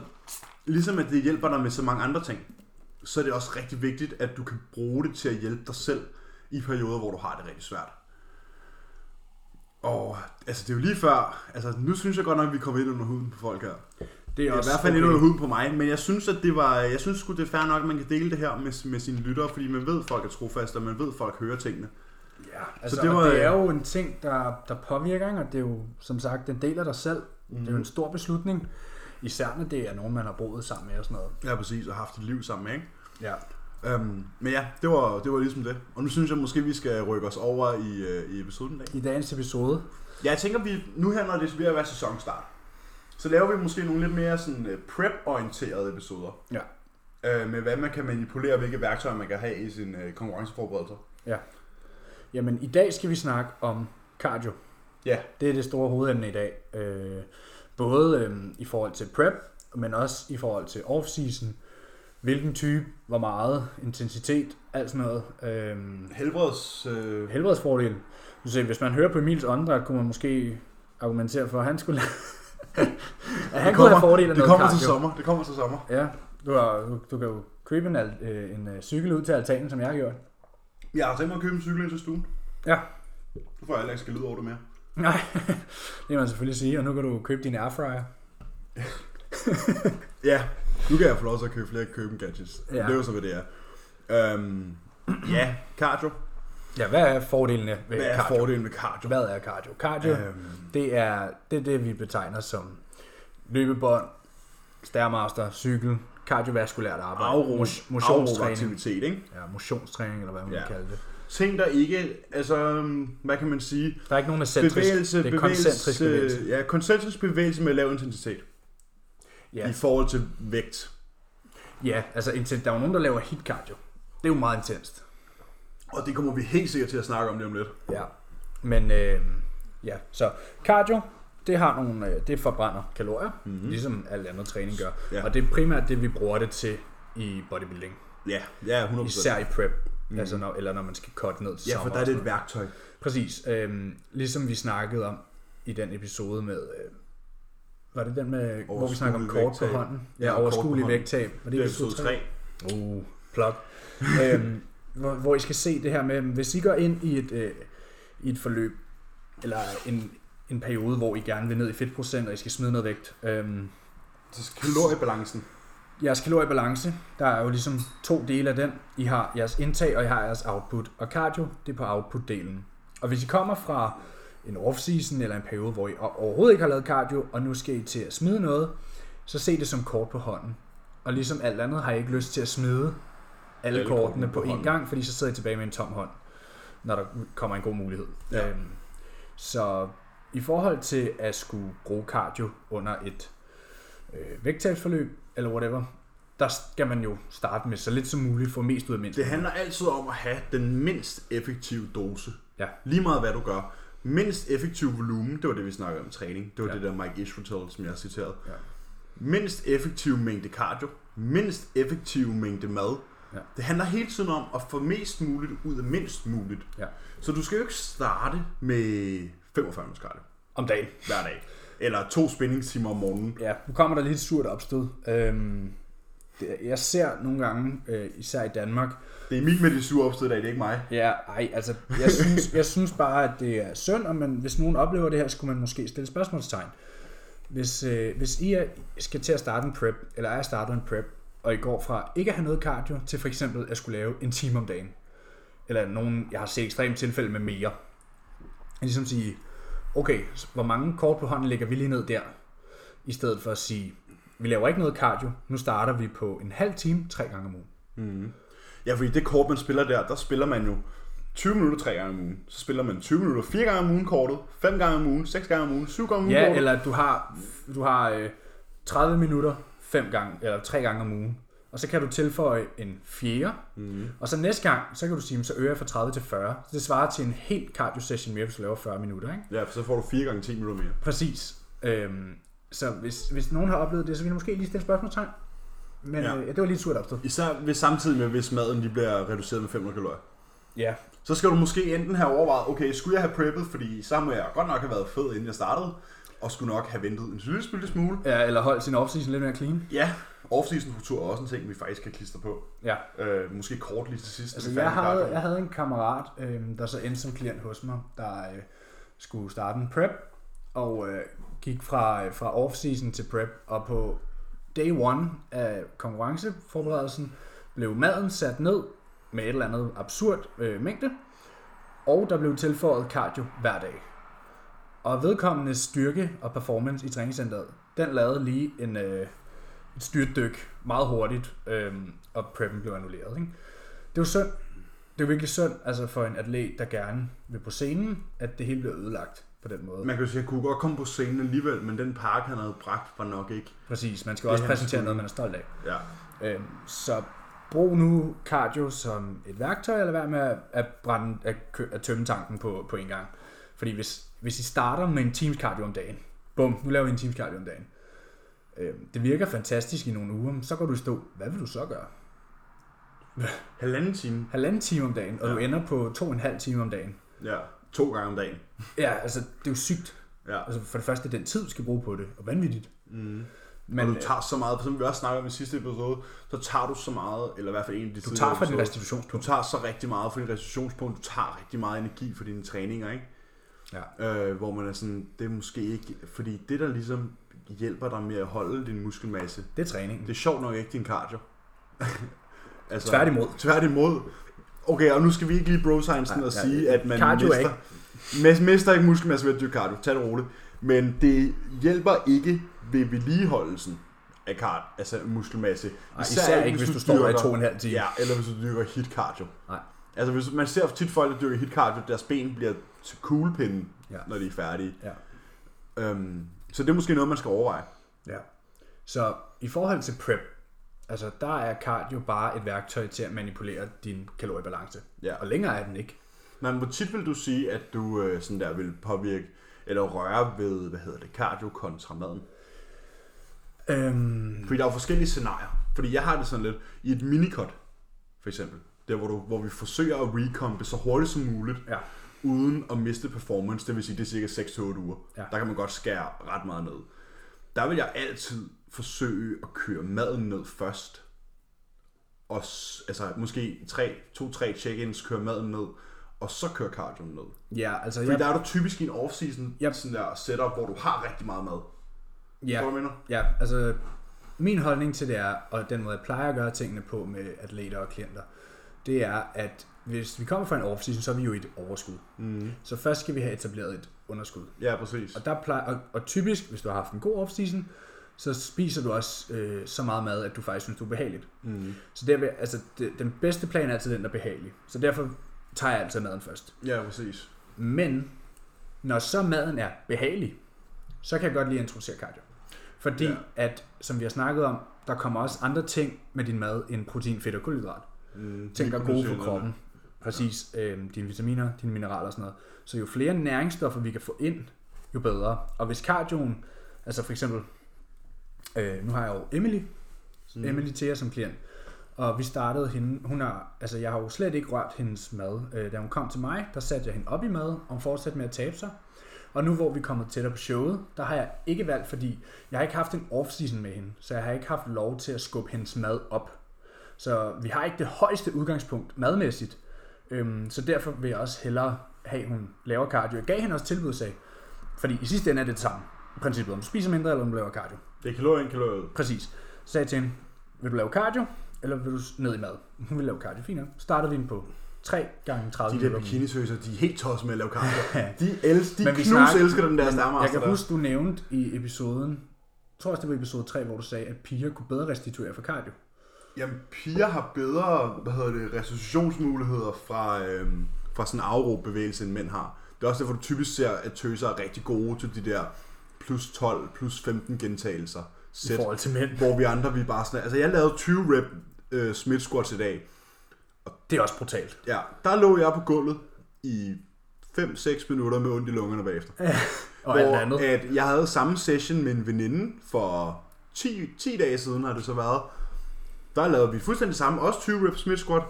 B: ligesom at det hjælper dig med så mange andre ting, så er det også rigtig vigtigt, at du kan bruge det til at hjælpe dig selv i perioder, hvor du har det rigtig svært. Og altså, det er jo lige før, altså nu synes jeg godt nok, at vi kommer ind under huden på folk her.
A: Det
B: Det er i hvert fald lidt under huden på mig, men jeg synes, at det var, jeg synes sgu, det er fair nok, at man kan dele det her med, med sine lyttere, fordi man ved, at folk er trofaste, og man ved, at folk hører tingene.
A: Ja, altså,
B: Så
A: så
B: det
A: det,
B: var- øh,
A: det er jo en ting, der, der påvirker, ikke? og det er jo som sagt en del af dig selv. Mm.
B: Mhm.
A: Det er jo en stor beslutning, især når det er nogen, man har boet sammen med og sådan noget.
B: Ja, præcis, og haft et liv sammen med, ikke?
A: Ja.
B: Øhm, men ja, det var, det var ligesom det. Og nu synes jeg måske, vi skal rykke os over i, øh, i episoden i dag.
A: I dagens episode,
B: Ja, jeg tænker, vi, nu her, når det er ved at være sæsonstart, så laver vi måske nogle lidt mere sådan øh, prep-orienterede episoder.
A: Ja.
B: Øh, med hvad man kan manipulere, hvilke værktøjer man kan have i sin øh, konkurrenceforberedelser.
A: jamen i dag skal vi snakke om cardio.
B: Ja.
A: Det er det store hovedemne i dag. Øh, både øh, i forhold til prep, men også i forhold til off-season. Hvilken type, hvor meget, intensitet, alt sådan noget. Øh,
B: Helbreds... Øh,
A: helbredsfordel. Du ser, hvis man hører på Emils åndedræt, kunne man måske argumentere for, at han (laughs) skulle... at han kunne have fordel af
B: det
A: noget
B: kommer
A: cardio.
B: til sommer. Det kommer til sommer.
A: Ja, du, har, du, du kan jo købe en, al- øh, en øh, cykel ud til altanen, som jeg har gjort.
B: Jeg har tænkt mig at købe en cykel ind til stuen.
A: Ja.
B: Nu får jeg heller ikke skal lyde over det mere.
A: Nej, det kan man selvfølgelig sige, og nu kan du købe din airfryer.
B: Ja, nu kan jeg få lov til at købe flere køben gadgets. Ja.
A: Ja.
B: Det er jo så, hvad det er. Øhm, ja, cardio.
A: Ja, hvad er Øh. fordelene ved
B: Hvad er
A: cardio?
B: fordelen ved cardio?
A: Hvad er cardio? Cardio,
B: Øhm,
A: det er det, er det, vi betegner som løbebånd, stærmaster, cykel, kardiovaskulært arbejde,
B: afro,
A: mos- motionstræning.
B: aktivitet, ikke?
A: Ja, motionstræning, eller hvad man
B: Ja.
A: ja. kalder det.
B: Ting, der ikke, altså, øhm, hvad kan man sige? øh,
A: Der er ikke nogen excentrisk. det er koncentrisk bevægelse.
B: Ja, koncentrisk bevægelse med lav intensitet. Ja.
A: Ja.
B: I forhold til vægt. øh.
A: ja, altså intent, der er jo nogen, der laver hit cardio. Det er jo meget intenst.
B: Og det kommer vi helt sikkert til at snakke om lige om lidt.
A: Ja. Men øh, ja, så cardio, det har nogle, øh, det forbrænder kalorier, mm-hmm. ligesom alt andet træning gør.
B: Mhm. Ja.
A: Ja. Og det er primært det, vi bruger det til i bodybuilding.
B: Ja, ja 100%.
A: Især i prep, mm-hmm. altså når, eller når man skal cutte ned til
B: Mhm. ja, for
A: sommer
B: der er
A: og
B: det
A: sådan
B: et værktøj.
A: noget. Præcis, øh, ligesom vi snakkede om i den episode med... Øh, var det den med, hvor vi snakker om
B: Overskuelig
A: kort på
B: vægttab.
A: hånden?
B: Ja,
A: Ja,
B: og
A: ja
B: kort på
A: overskuelig
B: hånden.
A: vægttab. Var
B: Det er Øh, episode 3.
A: Uh, plug. øhm, hvor, hvor I skal se det her med, hvis I går ind i et, øh, i et forløb, eller en, en periode, hvor I gerne vil ned i fedtprocent, og I skal smide noget vægt. Øhm,
B: Så kaloriebalancen.
A: jeres kaloriebalance, der er jo ligesom to dele af den. I har jeres indtag, og I har jeres output. Og cardio, det er på output-delen. Og hvis I kommer fra en off-season, eller en periode, hvor I o- overhovedet ikke har lavet cardio, og nu skal I til at smide noget, så se det som kort på hånden. Og ligesom alt andet har I ikke lyst til at smide alle, alle kortene på én
B: hånden.
A: gang, fordi så sidder I tilbage med en tom hånd, når der kommer en god mulighed.
B: Ja.
A: Øhm, så i forhold til at skulle bruge cardio under et øh, vægttabsforløb, eller whatever, der skal man jo starte med så lidt som muligt, få mest ud af mindst.
B: Det handler altid om at have den mindst effektive dose.
A: Ja.
B: Lige meget hvad du gør. Mindst effektiv volumen, det var det vi snakkede om i træning. Det var
A: Ja.
B: ja. det der Mike Ischrotel, som jeg citerede.
A: Ja.
B: Mindst effektiv mængde cardio. Mindst effektiv mængde mad.
A: Ja.
B: Det handler hele tiden om at få mest muligt ud af mindst muligt.
A: Ja.
B: Så du skal jo ikke starte med 45 minutters cardio
A: Om dagen.
B: hver dag. Eller to spændingstimer om morgenen.
A: Ja, nu kommer der lidt surt opstød. Øhm, det, jeg ser nogle gange, øh, især i Danmark,
B: Det er Emil med de sure opstød i dag, det er ikke mig.
A: ja, ej, altså, jeg synes, jeg synes bare, at det er synd, og man, hvis nogen oplever det her, skulle man måske stille spørgsmålstegn. Hvis, øh, hvis I er, skal til at starte en prep, eller er startet en prep, og I går fra ikke at have noget cardio, til for eksempel at skulle lave en time om dagen, eller nogen, jeg har set ekstreme tilfælde med mere, ligesom sige, okay, så hvor mange kort på hånden lægger vi lige ned der, i stedet for at sige, vi laver ikke noget cardio, nu starter vi på en halv time, tre gange om ugen.
B: Ja, fordi det kort, man spiller der, der spiller man jo 20 minutter tre gange om ugen. Så spiller man 20 minutter fire gange om ugen kortet, fem gange om ugen, seks gange om ugen, syv gange om ugen
A: Ja,
B: kortet.
A: eller at du har, du har øh, 30 minutter fem gange, eller tre gange om ugen, og så kan du tilføje en fjerde, mm. og så næste gang, så kan du sige, så øger jeg fra 30 til 40. Så det svarer til en helt cardio session mere, hvis du laver 40 minutter, ikke?
B: Ja, for så får du fire gange 10 minutter mere.
A: Præcis. Øhm, så hvis, hvis nogen har oplevet det, så vil jeg måske lige stille spørgsmålstegn. Men ja.
B: Ja.
A: Øh, ja, det var lige et surt opstået.
B: Især hvis samtidig med, hvis maden lige bliver reduceret med 500 kalorier.
A: Ja,
B: Så skal du måske enten have overvejet, okay, skulle jeg have preppet, fordi så må jeg godt nok have været fed, inden jeg startede, og skulle nok have ventet en lille smule smule.
A: ja eller holde sin offseason lidt mere clean.
B: Ja, off-season kultur er også en ting, vi faktisk kan klistre på.
A: Ja.
B: Øh, måske kort lige til sidst.
A: Altså,
B: når vi er
A: jeg,
B: færdige med
A: havde,
B: cardio.
A: jeg havde en kammerat, øh, der så endte som klient hos mig, der øh, skulle starte en prep, og øh, gik fra, øh, fra off-season til prep, og på day one af konkurrenceforberedelsen blev maden sat ned med et eller andet absurd øh, mængde, og der blev tilføjet cardio hver dag. Og vedkommende styrke og performance i træningscenteret, den lavede lige en, øh, et styrtdyk meget hurtigt, øh, og preppen blev annulleret. Ikke? Det er jo synd. Det er jo virkelig synd altså for en atlet, der gerne vil på scenen, at det hele bliver ødelagt på den måde. Men,
B: Man kan jo sige, at jeg kunne godt komme på scenen alligevel, men den pakke, han havde bragt, var nok ikke.
A: Præcis, man skal
B: Det
A: også
B: er
A: præsentere
B: hans
A: noget, man er stolt af.
B: Ja.
A: Øhm, så brug nu cardio som et værktøj, eller vær med at, at, brænde, at, kø- at tømme tanken på, på en gang. Fordi hvis, hvis I starter med en times cardio om dagen, bum, nu laver vi en times cardio om dagen. Øhm, det virker fantastisk i nogle uger, men så går du i stå. Hvad vil du så gøre?
B: Halvanden time.
A: Halvanden time om dagen, og ja. du ender på to og en halv time om dagen.
B: Ja. To gange om dagen.
A: Ja, altså, det er jo sygt.
B: Ja.
A: Altså for det første, den tid, du skal bruge på det, og vanvittigt.
B: Mm. Men,
A: Men øh,
B: og du tager så meget, som vi også snakkede om i sidste episode, så tager du så meget, eller i hvert fald en af de
A: du tager fra din
B: episoder, du
A: restitutionspunkt.
B: tager så rigtig meget for din restitutionspunkt, du tager rigtig meget energi for dine træninger, ikke?
A: Ja.
B: Øh, hvor man er sådan, det er måske ikke, fordi det der ligesom hjælper dig med at holde din muskelmasse,
A: Det er træningen.
B: det er sjovt nok ikke din
A: (laughs)
B: cardio. altså,
A: Tværtimod.
B: Tværtimod. Okay, og nu skal vi ikke lige bro science
A: Nej,
B: og
A: nej, øh,
B: sige, at man
A: cardio er
B: mister, ikke. mister ikke muskelmasse ved at dyrke cardio. Tag det roligt. Men det hjælper ikke ved vedligeholdelsen af card, altså muskelmasse.
A: Ej, især ikke, hvis du står der i to og en halv time.
B: Ja, eller hvis du dyrker hit cardio.
A: Nej.
B: Altså, hvis, man ser tit folk, der dyrker hit cardio, deres ben bliver til kuglepinden,
A: Ja.
B: ja. når de er færdige.
A: Ja.
B: Øhm, så det er måske noget, man skal overveje.
A: Ja. Så i forhold til prep, altså der er cardio bare et værktøj til at manipulere din kaloriebalance.
B: Ja.
A: Og længere er den ikke.
B: Men hvor tit vil du sige, at du øh, sådan der vil påvirke eller røre ved, hvad hedder det, cardio kontra maden?
A: Øhm,
B: Fordi der er jo forskellige scenarier. Fordi jeg har det sådan lidt, i et minikot, for eksempel, der hvor, du, hvor vi forsøger at recompe så hurtigt som muligt,
A: ja.
B: uden at miste performance, det vil sige, det er cirka 6-8 uger.
A: Ja.
B: Der kan man godt skære ret meget ned. Der vil jeg altid forsøge at køre maden ned først. Og, s- altså måske 2-3 check-ins, køre maden ned, og så køre cardio ned.
A: Ja, altså
B: Fordi
A: jeg,
B: der er du typisk i en off-season
A: Yep.
B: yep. sådan der setup, hvor du har rigtig meget mad.
A: ja,
B: Tror du, hvad jeg mener?
A: ja, altså min holdning til det er, og den måde jeg plejer at gøre tingene på med atleter og klienter, det er, at hvis vi kommer fra en offseason, så er vi jo i et overskud. Mm. Så først skal vi have etableret et underskud.
B: Ja, præcis.
A: Og, der plejer, og, og typisk, hvis du har haft en god offseason, så spiser du også øh, så meget mad, at du faktisk synes, du er behageligt. Mm. Så der, vil- altså, det, den bedste plan er altid den, der er behagelig. Så derfor tager jeg altid maden først.
B: Ja, præcis.
A: Men Når så maden er behagelig, så kan jeg godt lige introducere cardio. Fordi
B: Ja.
A: ja. at, som vi har snakket om, der kommer også andre ting med din mad end protein, fedt og kulhydrat.
B: Mm,
A: Ting, der er gode for
B: mikronutrienterne.
A: kroppen. Præcis. Øhm, dine vitaminer, dine mineraler og sådan noget. Så jo flere næringsstoffer vi kan få ind, jo bedre. Og hvis cardioen, altså for eksempel, øh, nu har jeg jo Emily, mm. Emily Thea som klient. Og vi startede hende, hun har, altså jeg har jo slet ikke rørt hendes mad. Øh, da hun kom til mig, der satte jeg hende op i mad, og hun fortsatte med at tabe sig. Og nu hvor vi er kommet tættere på showet, der har jeg ikke valgt, fordi jeg har ikke haft en off-season med hende, så jeg har ikke haft lov til at skubbe hendes mad op. Så vi har ikke det højeste udgangspunkt madmæssigt, øhm, så derfor vil jeg også hellere have, at hun laver cardio. Jeg gav hende også tilbud, sagde, fordi i sidste ende er det det samme. I princippet, om du spiser mindre, eller om du laver cardio.
B: Det er kalorier ind, kalorier ud.
A: Præcis. Så sagde jeg til hende, vil du lave cardio, eller vil du ned i mad? (laughs) Hun vil lave cardio, fint nok. Startede vi hende på 3 gange 30
B: De
A: minutter.
B: der
A: om ugen.
B: bikinisøser, de er helt tosset med at lave (laughs) kaffe. De, els, de
A: Men vi
B: knus
A: snakker-
B: elsker den der stammer.
A: Jeg kan huske, du nævnte i episoden, jeg tror også det var i episode 3, hvor du sagde, at piger kunne bedre restituere for cardio.
B: Jamen, piger har bedre, hvad hedder det, restitutionsmuligheder fra, øhm, fra sådan en aerob bevægelse, end mænd har. Det er også derfor, du typisk ser, at tøser er rigtig gode til de der plus 12, plus 15 gentagelser.
A: I
B: Sæt,
A: forhold til mænd.
B: hvor vi andre, vi er bare sådan, altså jeg lavede 20 rep øh, smith squats i dag.
A: Det er også brutalt.
B: Ja, der lå jeg på gulvet i 5-6 minutter med ondt i lungerne bagefter.
A: Og alt andet.
B: hvor at jeg havde samme session med en veninde for 10, 10 dage siden, har det så været. Der lavede vi fuldstændig samme, også 20 reps Smith squat.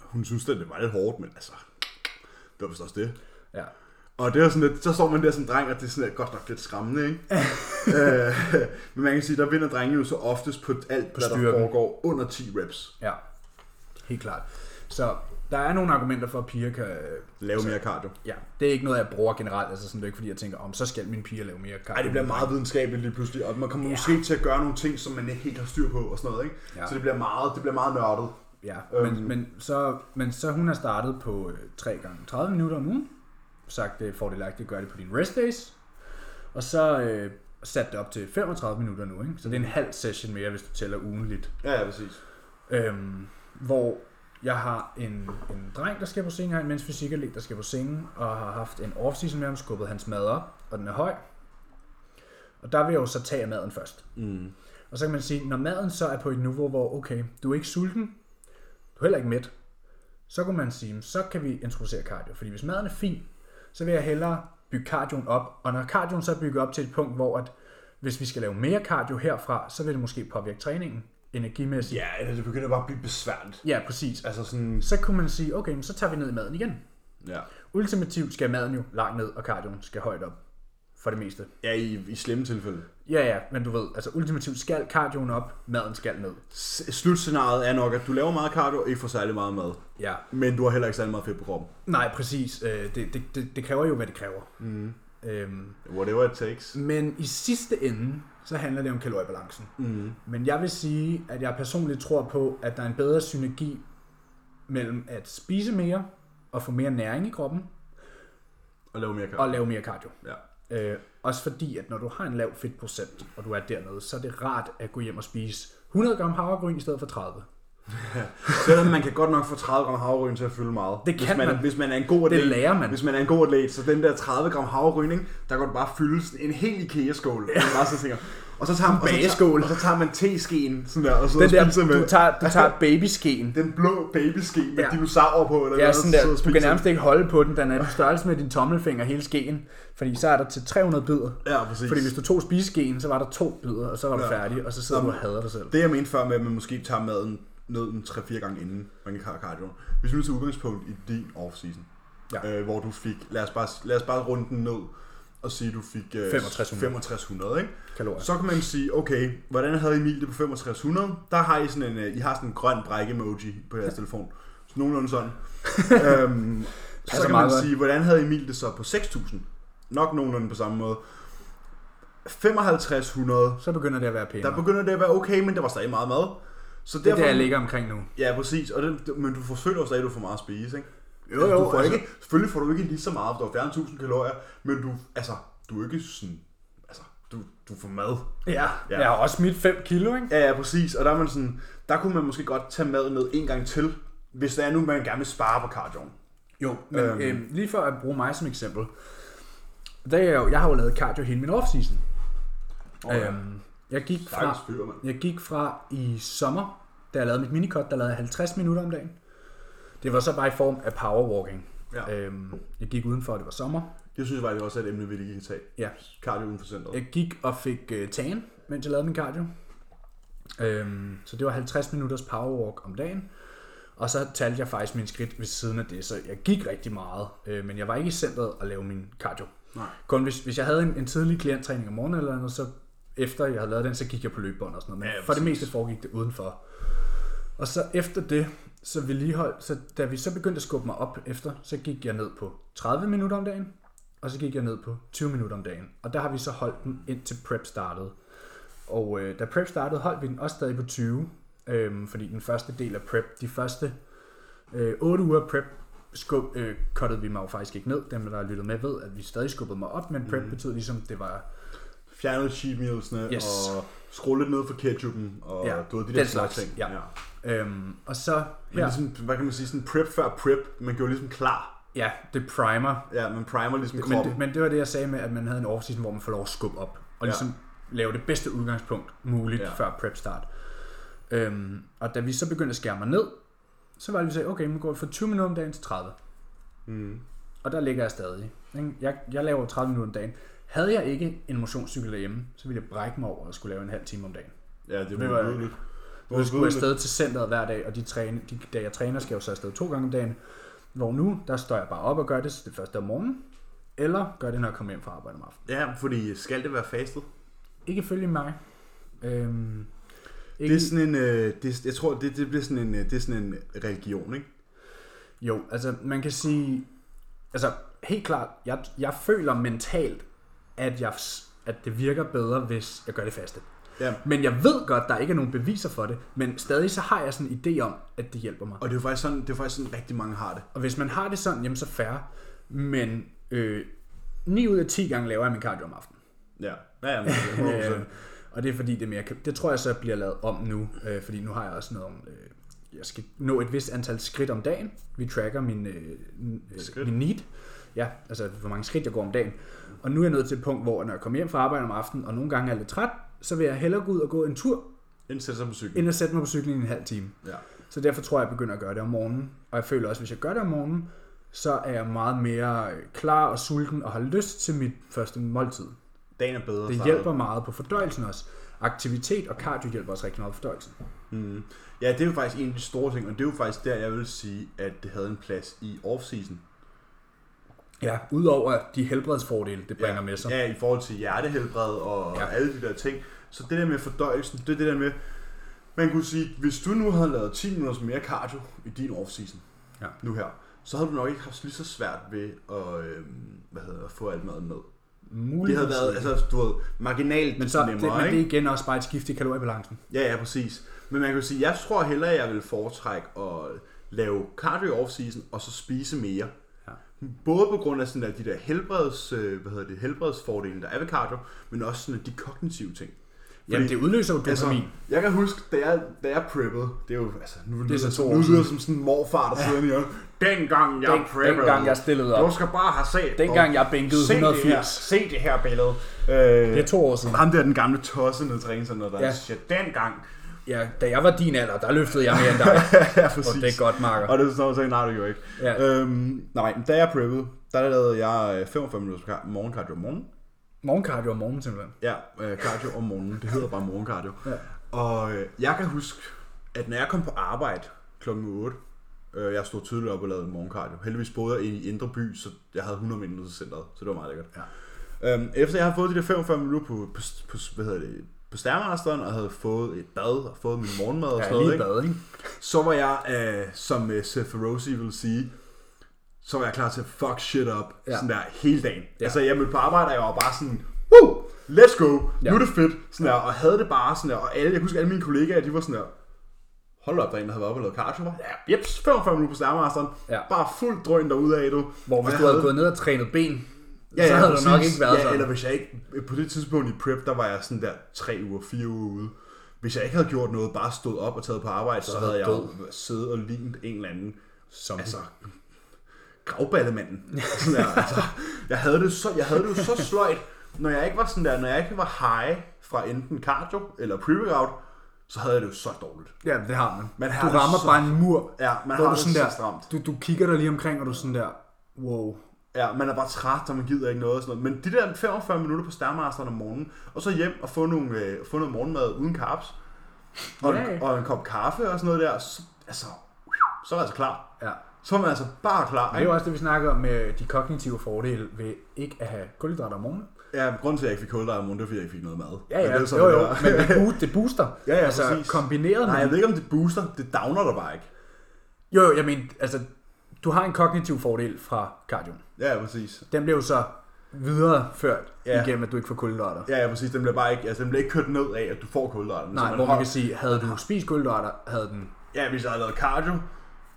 B: Hun synes, at det var lidt hårdt, men altså, det var vist også det.
A: Ja.
B: Og det er sådan lidt, så står man der som dreng, og det er sådan lidt, godt nok lidt skræmmende, ikke? (laughs) øh, men man kan sige, der vinder drengene jo så oftest på alt, hvad der
A: styrken.
B: foregår under 10 reps.
A: ja, helt klart. Så der er nogle argumenter for, at piger kan... øh,
B: Lave mere cardio.
A: Ja, det er ikke noget, jeg bruger generelt. Altså sådan, det er ikke fordi, jeg tænker, om så skal mine piger lave mere cardio.
B: Ej, det bliver meget videnskabeligt lige pludselig, og man kommer ja. måske til at gøre nogle ting, som man ikke helt har styr på og sådan noget, ikke? Ja.
A: Ja.
B: Så det bliver meget, det bliver meget nørdet.
A: Ja,
B: Øhm.
A: men, men, så, men så hun har startet på 3 gange 30 minutter om ugen. Sagt, det er fordelagtigt at gøre det på dine rest days. Og så øh, sat det op til 35 minutter nu, ikke? Så det er en halv session mere, hvis du tæller ugenligt.
B: Ja, ja, præcis.
A: Øhm, hvor jeg har en, en dreng, der skal på scenen, jeg har en mens fysikerlæg, der skal på scenen, og har haft en off-season med ham, skubbet hans mad op, og den er høj. Og der vil jeg jo så tage af maden først.
B: Mm.
A: Og så kan man sige, når maden så er på et niveau, hvor okay, du er ikke sulten, du er heller ikke mæt, så kunne man sige, så kan vi introducere cardio. Fordi hvis maden er fin, så vil jeg hellere bygge cardioen op. Og når cardioen så er bygget op til et punkt, hvor at hvis vi skal lave mere cardio herfra, så vil det måske påvirke træningen energimæssigt.
B: Ja, eller det begynder bare at blive besværligt.
A: Ja, præcis.
B: Altså sådan...
A: Så kunne man sige, okay, men så tager vi ned i maden igen.
B: Ja,
A: Ultimativt skal maden jo langt ned, og cardioen skal højt op. For det meste.
B: ja i, i slemme tilfælde.
A: Ja, ja, men du ved, altså ultimativt skal cardioen op, maden skal ned.
B: S- slutscenariet er nok, at du laver meget cardio, og ikke får særlig meget mad.
A: Ja.
B: Men du har heller ikke særlig meget fedt på kroppen.
A: Nej, præcis. Øh, Det, det, det, det kræver jo, hvad det kræver. Mm. Øhm,
B: Whatever it takes.
A: men i sidste ende, så handler det om kaloriebalancen. Mm. Men jeg vil sige, at jeg personligt tror på, at der er en bedre synergi mellem at spise mere og få mere næring i kroppen,
B: Og lave mere cardio.
A: og lave mere cardio.
B: Ja.
A: Øh, også fordi, at når du har en lav fedtprocent, og du er dernede, så er det rart at gå hjem og spise 100 gram havregryn i stedet for 30.
B: Selvom man kan godt nok få 30 gram havregryn til at fylde meget.
A: Det
B: hvis
A: kan
B: man,
A: man.
B: Hvis man er en god
A: Det
B: atlet.
A: lærer man.
B: Hvis man er en god atlet, så den der 30 gram havregryn, ikke, der kan du bare fylde sådan en hel IKEA-skål. Ja. Bare sådan, tænker, og så tager man, og så tager,
A: bageskål.
B: og så tager man teskeen sådan der, og så
A: Den
B: og
A: der,
B: spiser med.
A: du tager, du tager babyskeen.
B: Den blå babyske med ja.
A: Ja.
B: dinosaurer på. Eller
A: Ja,
B: noget,
A: sådan
B: sidder og
A: der. Du
B: spiser.
A: kan nærmest ikke holde på den. Den er på størrelse med din tommelfinger, hele skeen. Fordi så er der til 300 bidder.
B: Ja, præcis.
A: Fordi hvis du tog spiseskeen, så var der to bidder, og så var du
B: Ja.
A: færdig, og så sidder du og hader dig selv.
B: Det jeg mente før med, at man måske tager maden ned en 3-4 gange inden man kan cardio. Hvis vi nu tager udgangspunkt i din off-season,
A: Ja.
B: øh, hvor du fik, lad os, bare, lad os bare runde den ned og sige, du fik øh,
A: 6500.
B: 6500 ikke?
A: Kalorier.
B: Så kan man sige, okay, hvordan havde Emil det på 6500? Der har I sådan en, øh, I har sådan en grøn bræk-emoji på jeres telefon. Så nogenlunde
A: (laughs)
B: sådan. øhm, så
A: Passer
B: kan man
A: meget godt.
B: sige, hvordan havde Emil det så på 6000? Nok nogenlunde på samme måde. 5500
A: Så begynder det at være pænere.
B: der begynder det at være okay, men der var stadig meget mad. Så
A: Det
B: derfor,
A: er der, jeg ligger omkring nu.
B: Ja, præcis. Og det, men du får føler jo stadig, at du får meget at spise, ikke?
A: Jo,
B: Altså,
A: jo,
B: du får
A: altså-
B: ikke, selvfølgelig får du ikke lige så meget, for du har fjernet 1000 kalorier, men du, altså, du er ikke sådan, altså, du, du får mad.
A: Ja,
B: Ja.
A: jeg har også smidt 5 kilo, ikke?
B: Ja, ja, præcis. Og der, er man sådan, der kunne man måske godt tage mad med en gang til, hvis der er nu, man gerne vil spare på cardioen.
A: Jo, men øh,
B: Øhm.
A: øhm. Øhm, lige for at bruge mig som eksempel, Det er jo, jeg har jo lavet cardio hele min off-season.
B: Åh, ja.
A: Øhm, jeg, gik
B: Stakkels
A: fra,
B: fyr, mand.
A: jeg gik fra i sommer, da jeg lavede mit minikot, der lavede jeg 50 minutter om dagen. Det var så bare i form af powerwalking.
B: Ja.
A: Øhm, jeg gik udenfor, og det var sommer.
B: Det synes jeg faktisk også er et emne, vi lige kan tage.
A: Ja.
B: Cardio uden for centret.
A: Jeg gik og fik øh, tan, mens jeg lavede min cardio. Øhm, så det var 50 minutters powerwalk om dagen. Og så talte jeg faktisk mine skridt ved siden af det, så jeg gik rigtig meget. Øh, men jeg var ikke i centret og lavede min cardio.
B: Nej.
A: Kun hvis, hvis jeg havde en, en tidlig klienttræning om morgenen eller noget, så efter jeg havde lavet den, så gik jeg på løbebånd og sådan noget. Men
B: Ja,
A: ja, for det
B: præcis.
A: meste foregik det udenfor. Og så efter det, så vedligehold, så da vi så begyndte at skubbe mig op efter, så gik jeg ned på 30 minutter om dagen, og så gik jeg ned på 20 minutter om dagen. Og der har vi så holdt den indtil prep startede. Og øh, da prep startede, holdt vi den også stadig på 20, øhm, fordi den første del af prep, de første øh, 8 uger af prep, skub, øh, cuttede vi mig jo faktisk ikke ned. Dem, der har lyttet med, ved, at vi stadig skubbede mig op, men prep
B: Mhm.
A: mm. betød ligesom, det var
B: Fjernede cheat mealsene
A: Yes.
B: og skrue lidt ned for ketchupen og
A: Ja,
B: ja, du ved, de
A: den
B: der slags
A: slags,
B: ting.
A: ja. Øhm, og så,
B: Men ja.
A: ja,
B: ligesom, hvad kan man sige, sådan prep før prep, man gjorde ligesom klar.
A: ja, det primer.
B: Ja, man primer ligesom
A: Men
B: kroppen.
A: det, men det var det, jeg sagde med, at man havde en off hvor man får lov at skubbe op. Og
B: Ja.
A: ligesom lave det bedste udgangspunkt muligt
B: Ja.
A: ja. før prep start. Øhm, og da vi så begyndte at skære mig ned, så var det, vi sagde, okay, nu går vi fra 20 minutter om dagen til 30.
B: Mm.
A: Og der ligger jeg stadig. ikke? Jeg, jeg laver 30 minutter om dagen. Havde jeg ikke en motionscykel derhjemme, så ville jeg brække mig over og skulle lave en halv time om dagen.
B: Ja, det
A: Det
B: var
A: var-
B: ubetydeligt.
A: Nu skulle jeg afsted til centret hver dag, og de, træne, de dage jeg træner, skal jeg jo så afsted to gange om dagen. Hvor nu, der står jeg bare op og gør det det første om morgenen, eller gør det, når jeg kommer hjem fra arbejde om aftenen.
B: Ja, fordi skal det være fastet?
A: Ikke følge mig. Øhm, ikke,
B: Det er sådan en, øh, det, er- jeg tror, det, det bliver sådan en, øh, det er sådan en religion, ikke?
A: Jo, altså man kan sige, altså helt klart, jeg, jeg føler mentalt, at, jeg, at det virker bedre, hvis jeg gør det faste.
B: Ja.
A: Men jeg ved godt, der ikke er nogen beviser for det, men stadig så har jeg sådan en idé om, at det hjælper mig.
B: Og det er jo faktisk sådan, det er faktisk sådan rigtig mange har det.
A: Og hvis man har det sådan, jamen så færre. Men øh, 9 ud af 10 gange laver jeg min cardio om aftenen.
B: Ja, ja, ja men, det
A: Øh, (laughs)
B: er
A: og det er fordi, det, er mere, det tror jeg så bliver lavet om nu, øh, fordi nu har jeg også noget om, øh, jeg skal nå et vist antal skridt om dagen. Vi tracker min, øh, n-
B: Skridt?
A: øh, min need, ja, altså hvor mange skridt jeg går om dagen. Og nu er jeg nået til et punkt, hvor når jeg kommer hjem fra arbejde om aftenen, og nogle gange er jeg lidt træt, så vil jeg hellere gå ud og gå en tur,
B: 100%. Indsæt sig på cyklen.
A: end at sætte mig på cyklen i en halv time.
B: Ja.
A: Så derfor tror jeg, jeg begynder at gøre det om morgenen. Og jeg føler også, at hvis jeg gør det om morgenen, så er jeg meget mere øh, klar og sulten og har lyst til mit første måltid.
B: Dagen er bedre.
A: Det
B: startet.
A: hjælper meget på fordøjelsen også. Aktivitet og cardio hjælper også rigtig meget på fordøjelsen.
B: Mm. Ja, det er jo faktisk en af de store ting, og det er jo faktisk der, jeg vil sige, at det havde en plads i off-season.
A: Ja, udover de helbredsfordele, det bringer ja. med sig.
B: Ja, i forhold til hjertehelbred og ja.
A: Ja.
B: alle de der ting. Så det der med fordøjelsen, det er det der med, man kunne sige, hvis du nu havde lavet 10 minutter mere cardio i din off-season,
A: Ja.
B: nu her, så havde du nok ikke haft lige så svært ved at, øhm, hvad hedder, det, at få alt maden med. Det
A: Muligvis
B: havde været,
A: ikke.
B: altså, du ved, marginalt
A: men, så, det,
B: nemmere,
A: men
B: ikke?
A: det er igen også bare et skift i kaloriebalancen.
B: Ja, ja, præcis. Men man kan jo sige, jeg tror hellere, at jeg vil foretrække at lave cardio off-season, og så spise mere.
A: Ja.
B: Både på grund af sådan der, de der helbreds, øh, hvad hedder det, helbredsfordele, der er ved cardio, men også sådan de kognitive ting.
A: Jamen, det udløser jo dopamin.
B: altså,
A: Altså,
B: jeg kan huske, da jeg, da jeg preppede, det er jo, altså, nu lyder, det
A: så
B: er så
A: to år
B: nu lyder
A: siden.
B: det som sådan en morfar, der sidder ja. i hjørnet. Dengang jeg
A: Den-
B: preppede,
A: dengang jeg stillede op.
B: du skal bare have set,
A: Dengang
B: og
A: jeg bænkede
B: se Det her,
A: 180.
B: se det her billede. Øh,
A: Det er to år siden.
B: Ham der, den gamle tosse nede i træningscenteret, der
A: Ja.
B: ja. siger, dengang.
A: Ja, da jeg var din alder, der løftede jeg mere end
B: (laughs)
A: dig.
B: ja,
A: Og
B: præcis.
A: det er godt, Marker.
B: Og det er sådan noget, jeg sagde, nej, det gjorde jeg ikke.
A: Ja.
B: Øhm, nej, da jeg preppede, der lavede jeg øh, 45 minutter kar- morgencardio om morgenen.
A: Morgencardio om morgenen simpelthen.
B: Ja, øh, cardio om morgenen. Det hedder bare morgencardio.
A: Ja.
B: Og øh, jeg kan huske, at når jeg kom på arbejde kl. 8, øh, jeg stod tidligt op og lavede morgencardio. Heldigvis boede jeg i Indre By, så jeg havde 100 minutter til centret, så det var meget lækkert.
A: Ja.
B: Øhm, efter jeg havde fået de der 45 minutter på, på, på hvad hedder det, på stærmasteren, og havde fået et bad, og fået min morgenmad og
A: Ja,
B: sådan noget,
A: lige
B: ikke?
A: bad, ikke?
B: så var jeg, øh, som øh, Seth Rosie ville sige, så var jeg klar til at fuck shit up, ja.
A: Ja.
B: sådan der, hele dagen. Ja.
A: Ja.
B: Altså, jeg mødte på arbejde, og jeg var bare sådan, Woo! let's go, ja.
A: Ja.
B: nu er det fedt, sådan der, og havde det bare sådan der, og alle, jeg husker alle mine kollegaer, de var sådan der, hold op, der er en, der havde været oppe og lavet cardio, hva'? ja, jeps, 45 minutter på stærmasteren,
A: Ja.
B: bare fuld drøn derude af, du.
A: Hvor
B: Og
A: hvis
B: jeg
A: du havde gået ned og trænet ben, ja, så havde du nok
B: præcis.
A: ikke været
B: ja,
A: sådan.
B: eller hvis jeg ikke, på det tidspunkt i prep, der var jeg sådan der tre uger, fire uger ude. Hvis jeg ikke havde gjort noget, bare stået op og taget på arbejde, så, så
A: havde
B: havde jeg
A: du
B: jo siddet og lignet en eller anden.
A: Som
B: Altså, gravballemanden. (laughs) Sådan der, altså, jeg havde det så, jeg havde det jo så sløjt, når jeg ikke var sådan der, når jeg ikke var high fra enten cardio eller pre-workout, så havde jeg det jo så dårligt.
A: Ja, det har man.
B: Man
A: man
B: har
A: har
B: det
A: du rammer
B: så-
A: bare en mur,
B: Ja, man
A: hvor
B: har
A: du
B: det
A: sådan
B: så
A: der,
B: stramt.
A: Du, du kigger dig lige omkring, og du er sådan der, wow.
B: Ja, man er bare træt, og man gider ikke noget og sådan noget. Men de der 45 minutter på Stærmasteren om morgenen, og så hjem og få, nogle, øh, få noget morgenmad uden carbs, og,
A: Ja.
B: en, og en kop kaffe og sådan noget der, så, altså, så er man altså klar.
A: Ja.
B: Så er man altså bare klar.
A: Og det er
B: Ikke?
A: jo også det, vi snakker om med de kognitive fordele ved ikke at have kulhydrater om morgenen.
B: Ja, grunden til, at jeg ikke fik kulhydrater om morgenen, det var, fordi jeg ikke fik noget mad.
A: Ja,
B: Men
A: ja,
B: det er
A: det
B: så,
A: jo,
B: det
A: jo,
B: er.
A: men (laughs) det, boost, det booster.
B: Ja, ja,
A: altså,
B: præcis.
A: kombineret
B: (laughs) Nej,
A: med...
B: jeg ved ikke, om det booster. Det downer dig bare ikke.
A: Jo, jo, jeg mener, altså, du har en kognitiv fordel fra cardio.
B: Ja, ja, præcis.
A: Den bliver jo så videreført
B: Ja.
A: ja. igennem, at du ikke får kulhydrater.
B: Ja, ja, præcis. Den bliver bare ikke, altså, den bliver ikke kørt ned af, at du får kulhydrater. men så
A: Nej, hvor man
B: har-
A: kan sige, havde du spist kulhydrater, havde den...
B: Ja, hvis jeg havde lavet cardio,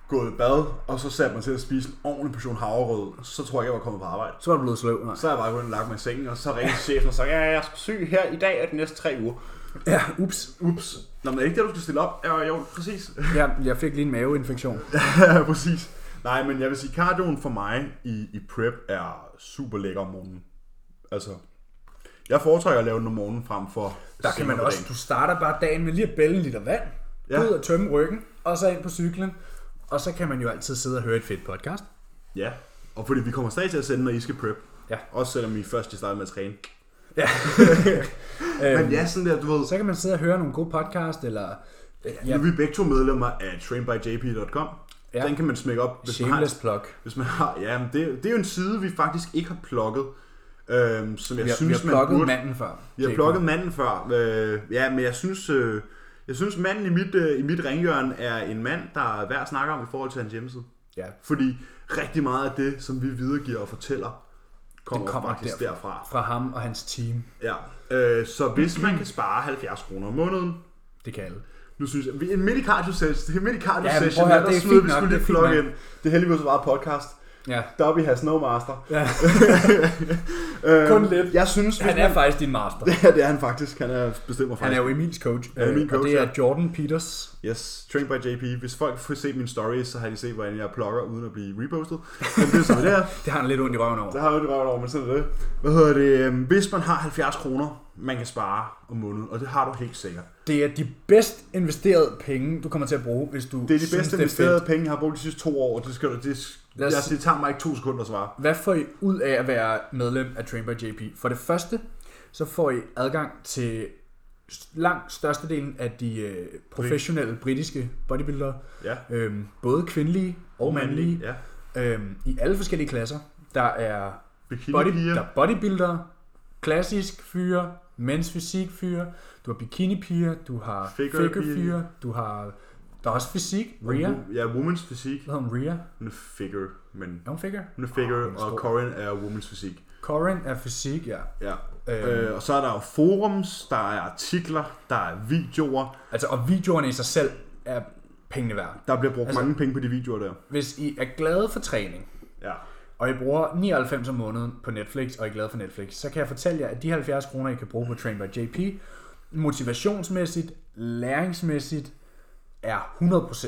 B: gået i bad, og så satte mig til at spise en ordentlig portion havregrød, så tror jeg ikke, jeg var kommet på arbejde.
A: Så var du blevet sløv. Nej.
B: Så har jeg bare gået og lagt mig i sengen, og så ringede chefen og sagde, ja, jeg skal syg her i dag og de næste tre uger.
A: Ja, ups.
B: Ups. Nå, men er det ikke det, du skal stille op? Ja, jo, præcis. (laughs)
A: Jeg, jeg fik lige en maveinfektion.
B: Ja, præcis. Nej, men jeg vil sige, cardioen for mig i, i prep er super lækker om morgenen. Altså, jeg foretrækker at lave den om morgenen frem for
A: Der kan
B: senere
A: man
B: på
A: også,
B: dagen.
A: du starter bare dagen med lige at bælge en liter vand,
B: Ja.
A: ja. ud og tømme ryggen, og så ind på cyklen. Og så kan man jo altid sidde og høre et fedt podcast.
B: Ja, og fordi vi kommer stadig til at sende, når I skal prep.
A: Ja.
B: Også selvom I først starter med at træne.
A: Ja. Øhm.
B: Men ja, sådan der, du
A: (laughs)
B: ved,
A: Så kan man sidde og høre nogle gode podcast, eller øh,
B: Ja.
A: ja,
B: Nu er vi begge to medlemmer af trainbyjp.com. Ja.
A: Ja.
B: Den kan man smække op, hvis man har...
A: shameless plug.
B: Hvis man har ja, men det, det er jo en side, vi faktisk ikke har plukket. Øhm, som jeg
A: Vi har,
B: synes,
A: vi har
B: man
A: plukket
B: burde...
A: manden før.
B: Vi har
A: Jacob.
B: plukket manden før. Øh, ja, men jeg synes, øh, jeg synes manden i mit, øh, i mit ringhjørne er en mand, der er værd at snakke om i forhold til hans hjemmeside.
A: Ja,
B: Fordi rigtig meget af det, som vi videregiver og fortæller, kommer,
A: Det kommer
B: faktisk derfra.
A: derfra.
B: derfra.
A: fra ham og hans team.
B: Ja. Øh, så hvis man kan spare 70 kroner om måneden,
A: Det kan alle.
B: nu synes jeg, vi- en mini cardio session, det er en mini cardio
A: Ja, men prøv at
B: session,
A: høre,
B: ja, der
A: det er
B: smider
A: fint
B: vi
A: nok,
B: skulle
A: det
B: lige
A: er fint
B: plug
A: nok.
B: ind. Det er heldigvis bare podcast.
A: Ja.
B: Dobby has no master. (laughs)
A: ja.
B: Øh,
A: Kun lidt.
B: Jeg synes,
A: Han er faktisk din master.
B: (laughs) Ja, det er han faktisk. Han er bestemt mig
A: Han er
B: faktisk.
A: jo Emils coach.
B: Han er min
A: øh,
B: coach,
A: og det er Jordan Peters.
B: Yes, Train by JP. Hvis folk får set min story, så har de set, hvordan jeg plukker uden at blive repostet. Men det er så det er.
A: Det har han lidt ondt i røven over.
B: Der har jeg jo det røvet over, men sådan er det. Hvad hedder det? øhm, Hvis man har 70 kroner, man kan spare om måneden, og det har du helt sikkert.
A: Det er de bedst investerede penge, du kommer til at bruge, hvis du
B: Det er de
A: synes,
B: bedste
A: det er fedt.
B: investerede penge, jeg har brugt de sidste to år, og det, skal, du- det,
A: Lad
B: jeg,
A: os-
B: det tager mig ikke to sekunder at svare.
A: Hvad får I ud af at være medlem af Train by JP? For det første, så får I adgang til st- langt størstedelen af de øh, professionelle britiske bodybuildere.
B: Ja.
A: Øhm, både kvindelige og mandlige.
B: Ja.
A: Øhm, I alle forskellige klasser. Der er,
B: Bikini
A: body,
B: piger.
A: der er bodybuildere, klassisk fyre, mens fysik fyre, du har bikini piger, du har
B: Figure
A: figure
B: piger.
A: fyre, du har... Der er også fysik, Ria. Hvad
B: Ja, women's fysik.
A: hedder hun? Ria?
B: Hun er figure, men
A: Er hun figure?
B: hun er figure,
A: Åh, hun er
B: og
A: stor.
B: Corin er women's fysik.
A: Corin er fysik, ja.
B: Ja.
A: Øhm.
B: Øh, og så er der jo forums, der er artikler, der er videoer.
A: Altså, og videoerne i sig selv er pengene værd.
B: Der bliver brugt altså,
A: Altså-
B: mange penge på de videoer der.
A: Hvis I er glade for træning,
B: Ja.
A: og I bruger 99 om måneden på Netflix, og I er glade for Netflix, så kan jeg fortælle jer, at de 70 kroner, I kan bruge på Train by JP, motivationsmæssigt, læringsmæssigt, er 100%,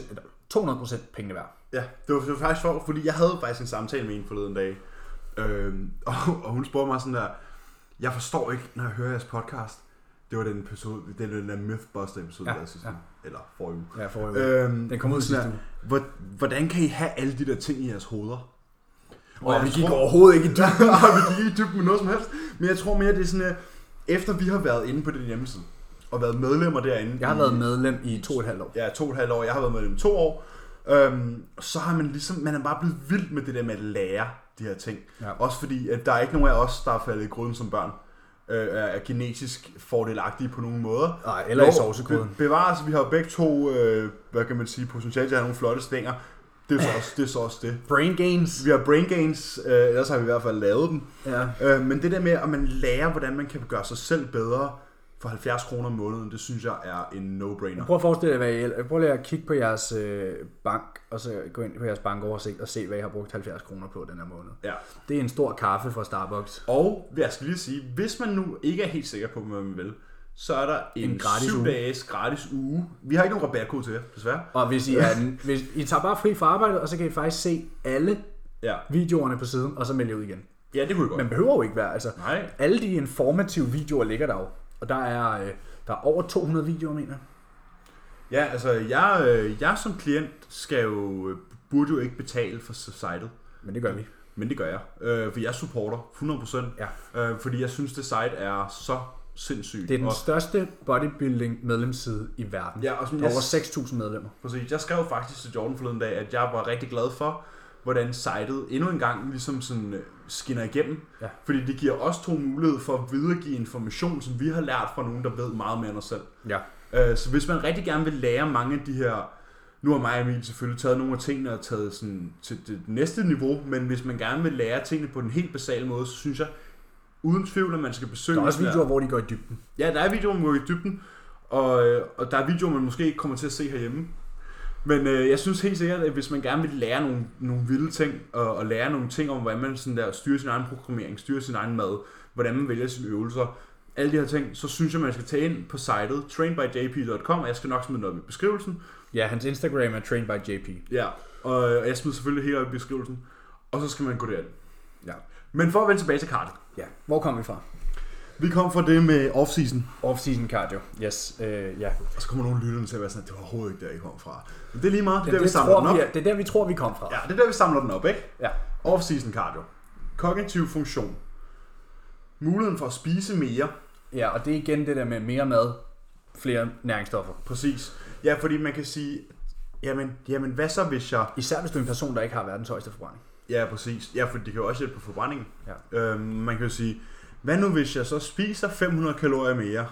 A: eller 200% pengene værd.
B: Ja, det var, det var faktisk sjovt, fordi jeg havde faktisk en samtale med en forleden dag. Øhm, (laughs) og, og hun spurgte mig sådan der, jeg forstår ikke, når jeg hører jeres podcast. Det var den episode, det var den der Mythbuster episode,
A: Ja,
B: ja, der sidste
A: ja.
B: ja. eller forrige uge.
A: Ja, for øh,
B: Øhm,
A: Den kom ud sidste uge.
B: uge. Hvordan kan I have alle de der ting i jeres hoveder?
A: Og
B: jeg
A: vi gik
B: tror-
A: overhovedet ikke i dybden.
B: (laughs) Nej, vi gik ikke i dybden med noget som helst. Men jeg tror mere, det er sådan, at efter vi har været inde på den hjemmeside, og været medlemmer derinde.
A: Jeg har
B: i-
A: været medlem i to og et halvt år.
B: Ja, to og et halvt år. Jeg har været medlem i to år. Øhm, så har man ligesom, man er bare blevet vild med det der med at lære de her ting.
A: Ja.
B: Også fordi, at der er ikke nogen af os, der er faldet i gryden som børn. Øh, er genetisk fordelagtige på nogen måder.
A: Nej, eller i
B: Jo,
A: sovsekoden.
B: be- Bevares, vi har jo begge to, øh, hvad kan man sige, potentiale til at have nogle flotte stænger. Det er så også det. Er så også det.
A: Brain gains.
B: Vi har brain gains, øh, ellers har vi i hvert fald lavet dem.
A: Ja.
B: Øh, men det der med, at man lærer, hvordan man kan gøre sig selv bedre for 70 kroner om måneden, det synes jeg er en no-brainer.
A: Prøv at forestille jer, hvad I, prøv lige at kigge på jeres øh, bank, og så gå ind på jeres bankoversigt og se, hvad I har brugt 70 kroner på den her måned.
B: Ja.
A: Det er en stor kaffe fra Starbucks.
B: Og jeg skal lige sige, hvis man nu ikke er helt sikker på, hvad man vil, så er der en, en
A: En gratis
B: gratis 7
A: uge.
B: dages gratis uge. Vi har ikke nogen rabatkode til jer, desværre.
A: (laughs) Og hvis I, er, hvis I tager bare fri fra arbejdet, og så kan I faktisk se alle
B: Ja.
A: videoerne på siden, og så melde ud igen.
B: ja, det kunne det godt.
A: Man behøver jo ikke være, altså.
B: Nej.
A: Alle de informative videoer ligger der jo. Og der er, øh, der er over 200 videoer, mener jeg.
B: Ja, altså, jeg, øh, jeg som klient skal jo, øh, burde jo ikke betale for sitet.
A: Men det gør vi.
B: Men det gør jeg, øh, for jeg supporter 100%, ja. øh, fordi jeg synes, det site er så sindssygt.
A: Det er den
B: og,
A: største bodybuilding medlemsside i verden.
B: ja, og som
A: Der er
B: jeg,
A: over 6.000 medlemmer.
B: præcis, jeg skrev faktisk til Jordan forleden dag, at jeg var rigtig glad for, hvordan sitet endnu en gang ligesom sådan øh, skinner igennem.
A: Ja.
B: Fordi det giver os to mulighed for at videregive information, som vi har lært fra nogen, der ved meget mere end os selv.
A: Ja.
B: Øh, Så hvis man rigtig gerne vil lære mange af de her... Nu har mig og Emil selvfølgelig taget nogle af tingene og taget sådan til det næste niveau, men hvis man gerne vil lære tingene på den helt basale måde, så synes jeg uden tvivl, at man skal besøge...
A: Der er også
B: den
A: videoer, hvor de går i dybden.
B: Ja, der er videoer, man går i dybden, og, øh, og der er videoer, man måske ikke kommer til at se herhjemme. Men øh, jeg synes helt sikkert, at hvis man gerne vil lære nogle, nogle vilde ting, og, og lære nogle ting om, hvordan man sådan der styrer sin egen programmering, styrer sin egen mad, hvordan man vælger sine øvelser, alle de her ting, så synes jeg, man skal tage ind på sitet trainbyjp.com, og jeg skal nok smide noget op i beskrivelsen.
A: Ja, hans Instagram er trained by JP.
B: Ja, og, øh, og jeg smider selvfølgelig helt op i beskrivelsen, og så skal man gå derind.
A: Ja.
B: Men for at vende tilbage til kartet.
A: Ja. Hvor kom vi fra?
B: Vi kom fra det med off-season.
A: Off-season cardio. Yes. Øh, ja.
B: Og så kommer nogle lytterne til at være sådan, at det var overhovedet ikke der, I kom fra. Men det er lige meget, det er
A: Det,
B: der, vi
A: det,
B: samler den
A: tror,
B: op.
A: vi er, det er der, vi tror, vi kom fra.
B: Ja, det er der, vi samler den op, ikke?
A: ja.
B: Off-season cardio. Kognitiv funktion. Muligheden for at spise mere.
A: Ja, og det er igen det der med mere mad, flere næringsstoffer.
B: Præcis. Ja, fordi man kan sige, jamen, jamen hvad så hvis jeg...
A: Især hvis du er en person, der ikke har verdens højeste forbrænding.
B: Ja, præcis. Ja, for det kan jo også hjælpe på forbrændingen.
A: Ja.
B: Øhm, man kan jo sige, hvad nu hvis jeg så spiser 500 kalorier mere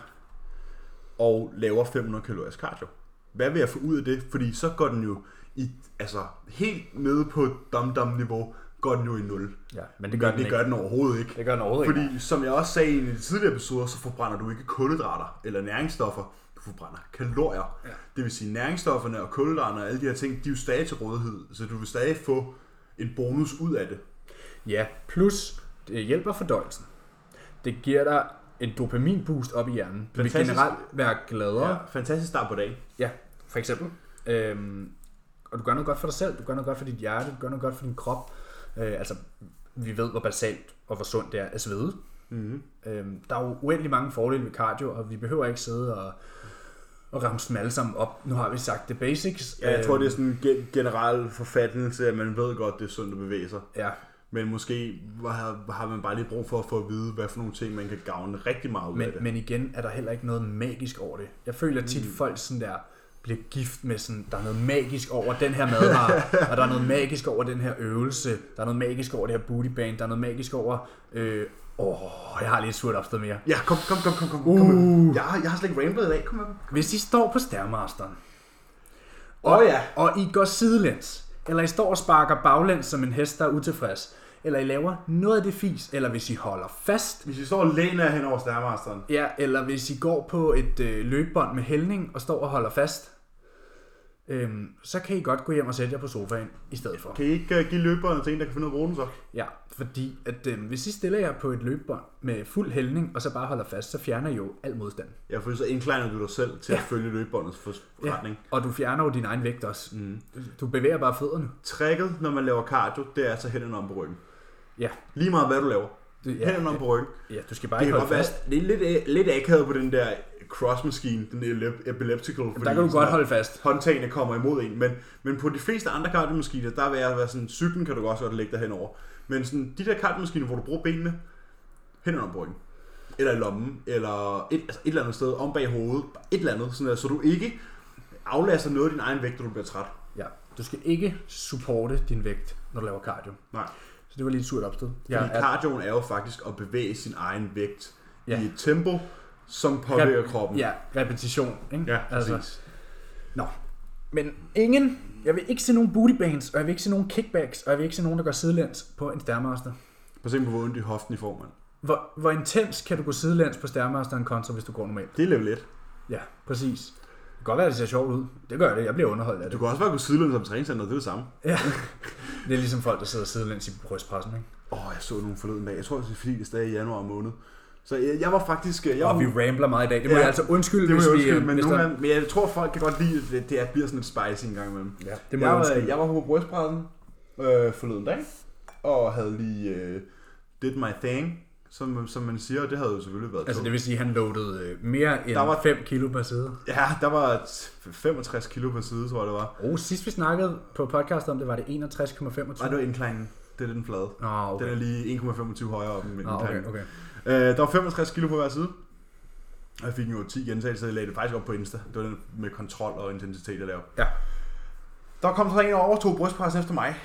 B: og laver 500 kalorier cardio? Hvad vil jeg få ud af det? Fordi så går den jo i, altså helt nede på dum-dum-niveau, går den jo i 0.
A: Ja, men det gør
B: Men
A: den
B: det
A: ikke.
B: gør den overhovedet ikke.
A: Det gør den overhovedet ikke.
B: Fordi som jeg også sagde i en af de tidligere episoder, så forbrænder du ikke kulhydrater eller næringsstoffer. Du forbrænder kalorier. Ja. Det vil sige, næringsstofferne og kulhydraterne og alle de her ting, de er jo stadig til rådighed. Så du vil stadig få en bonus ud af det.
A: Ja, plus det hjælper fordøjelsen. Det giver dig en dopaminboost op i hjernen. Du vil
B: Fantastisk.
A: generelt være gladere. Ja,
B: Ja, fantastisk start på dagen.
A: ja for eksempel. Øhm, og du gør noget godt for dig selv, du gør noget godt for dit hjerte, du gør noget godt for din krop. Øh, altså, vi ved, hvor basalt og hvor sundt det er at svede.
B: Mm-hmm.
A: Øhm, der er jo uendelig mange fordele ved cardio, og vi behøver ikke sidde og, og ramse dem alle sammen op. Nu har vi sagt the basics. Øh,
B: Ja, jeg tror, det er sådan en gen- generel forfattelse, at man ved godt, det er sundt at bevæge sig.
A: Ja,
B: Men måske har, har man bare lige brug for at få at vide, hvad for nogle ting, man kan gavne rigtig meget ud af det.
A: men, men igen er der heller ikke noget magisk over det. Jeg føler tit, mm. folk sådan der bliver gift med sådan, der er noget magisk over den her madvare, og der er noget magisk over den her øvelse, der er noget magisk over det her bootyband, der er noget magisk over, øh, åh, jeg har lige et surt opsted mere.
B: Ja, kom, kom, kom, kom, kom. kom med. jeg, har- jeg har slet ikke ramblet i dag. Kom med.
A: Hvis I står på stærmasteren,
B: Åh oh, ja.
A: og I går sidelæns, eller I står og sparker baglæns som en hest, der er utilfreds, eller I laver noget af det fis, eller hvis I holder fast,
B: Hvis I står og læner hen over stærmasteren.
A: ja, eller hvis I går på et øh, løbebånd med hældning og står og holder fast, øhm, så kan I godt gå hjem og sætte jer på sofaen i stedet for.
B: Kan I ikke uh, give løberen til en, der kan finde ud af at bruge den så?
A: Ja, fordi at, øh, hvis I stiller jer på et løbebånd med fuld hældning, og så bare holder fast, så fjerner I jo al modstand.
B: Ja, for så indkliner du dig selv til ja. at følge løbebåndets
A: Ja,
B: retning. Ja.
A: og du fjerner jo din egen vægt også. Mm. Du bevæger bare fødderne.
B: Tricket, når man laver cardio, det er at tage hænderne om på ryggen.
A: Ja,
B: Lige meget hvad du laver.
A: Det-
B: Det,
A: ja,
B: ja, hænderne om på ryggen.
A: ja du skal bare
B: Det
A: ikke
B: kan
A: holde
B: godt være,
A: fast.
B: det er lidt, lidt akavet på den der cross-maskine, den elep- epileptical. Fordi
A: Der kan du
B: sådan
A: godt
B: at
A: holde fast.
B: Håndtagene kommer imod en, men, men på de fleste andre kardiomaskiner, der vil jeg være sådan, cyklen kan du også godt lægge dig henover. Men sådan, de der kardiomaskiner, hvor du bruger benene, hænderne om på ryggen. Eller i lommen, eller et, altså et eller andet sted, om bag hovedet, et eller andet, sådan der, så du ikke aflaster noget af din egen vægt, når du bliver træt.
A: Ja, du skal ikke supporte din vægt, når du laver cardio.
B: Nej.
A: Så det var lige et surt opstød.
B: Fordi
A: Jeg
B: ja,
A: er,
B: cardioen er jo faktisk at bevæge sin egen vægt
A: Ja.
B: ja. i et tempo, som påvirker kroppen.
A: ja, repetition. Ikke?
B: ja præcis. Altså.
A: Nå. Men ingen, jeg vil ikke se nogen booty bands, og jeg vil ikke se nogen kickbacks, og jeg vil ikke se nogen, der går sidelæns på en stærmaster.
B: Prøv at se, hvor ondt i hoften i får, mand.
A: Hvor, hvor intens kan du gå sidelæns på stærmasteren kontra, hvis du går normalt?
B: Det er level 1.
A: Ja, præcis. Det kan godt være, at det ser sjovt ud. Det gør det. Jeg bliver underholdt af
B: Du
A: det.
B: kan også bare gå sideløn som træningscenter, det er det samme.
A: Ja. Det er ligesom folk, der sidder sidelæns i brystpressen. Ikke?
B: Åh, oh, jeg så nogle forleden dag. Jeg tror, det er fordi, det er i januar måned. Så jeg, jeg var faktisk... øh, Jeg var,
A: Og vi rambler meget i dag. Det må
B: Ja.
A: jeg altså undskylde,
B: det må
A: hvis
B: jeg undskylde,
A: vi...
B: men,
A: hvis
B: nogle
A: der-
B: gange, men jeg tror, folk kan godt lide, at det, det er- bliver sådan lidt spicy en gang imellem.
A: Ja, det må jeg
B: jeg,
A: undskylde.
B: var, jeg var på brystbrænden øh, forleden dag, og havde lige øh, did my thing, som, som man siger, og det havde jo selvfølgelig været
A: Altså
B: tungt.
A: det vil sige, at han loadede øh, mere end
B: Der var-
A: 5 kilo per side.
B: Ja, der var t- 65 kilo på side, tror jeg, det var.
A: Oh, sidst vi snakkede på podcast om det, var det 61,25.
B: Nej, det var indklangen. Det er den flade.
A: Nå, okay.
B: Den er lige 1,25 højere op end
A: Nå, Ah, okay,
B: indklangen.
A: okay.
B: Øh, der var 65 kilo på hver side. Og jeg fik jo 10 gentagelser, jeg lagde det faktisk op på Insta. Det var den med kontrol og intensitet, jeg lavede.
A: Ja.
B: Der kom så en og overtog brystpressen efter mig.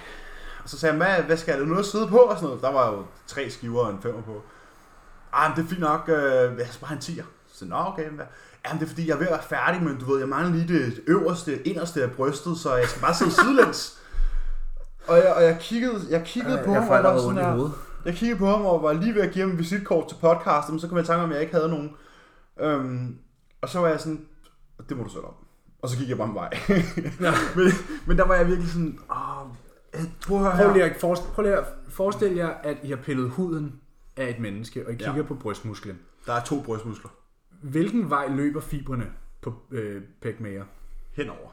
B: Og så sagde han, hvad, hvad skal jeg nu at sidde på? Og sådan noget. Der var jo tre skiver og en femmer på. Ah, men det er fint nok. Øh, jeg skal bare have en tiger. Så nå, okay. Hvad? Jamen, det er fordi, jeg er ved at være færdig, men du ved, jeg mangler lige det øverste, inderste af brystet, så jeg skal bare sidde sidelæns. Og jeg, og jeg kiggede, jeg kiggede på
A: Øh, jeg
B: ham,
A: får
B: og jeg var
A: allerede
B: sådan
A: ondt i
B: her,
A: hovedet.
B: jeg kiggede på ham og var lige ved at give ham et visitkort til podcasten, men så kom jeg i tanke om, at jeg ikke havde nogen. Øhm, og så var jeg sådan, det må du selv om. Og så gik jeg bare en vej.
A: Ja.
B: (laughs) men, men der var jeg virkelig sådan, åh, øh, prøv at høre
A: Prøv
B: her.
A: lige, at forestille, prøv lige at forestille jer, at I har pillet huden af et menneske, og I kigger ja. på brystmusklen.
B: Der er to brystmuskler
A: Hvilken vej løber fibrene på øh, pækmager?
B: henover.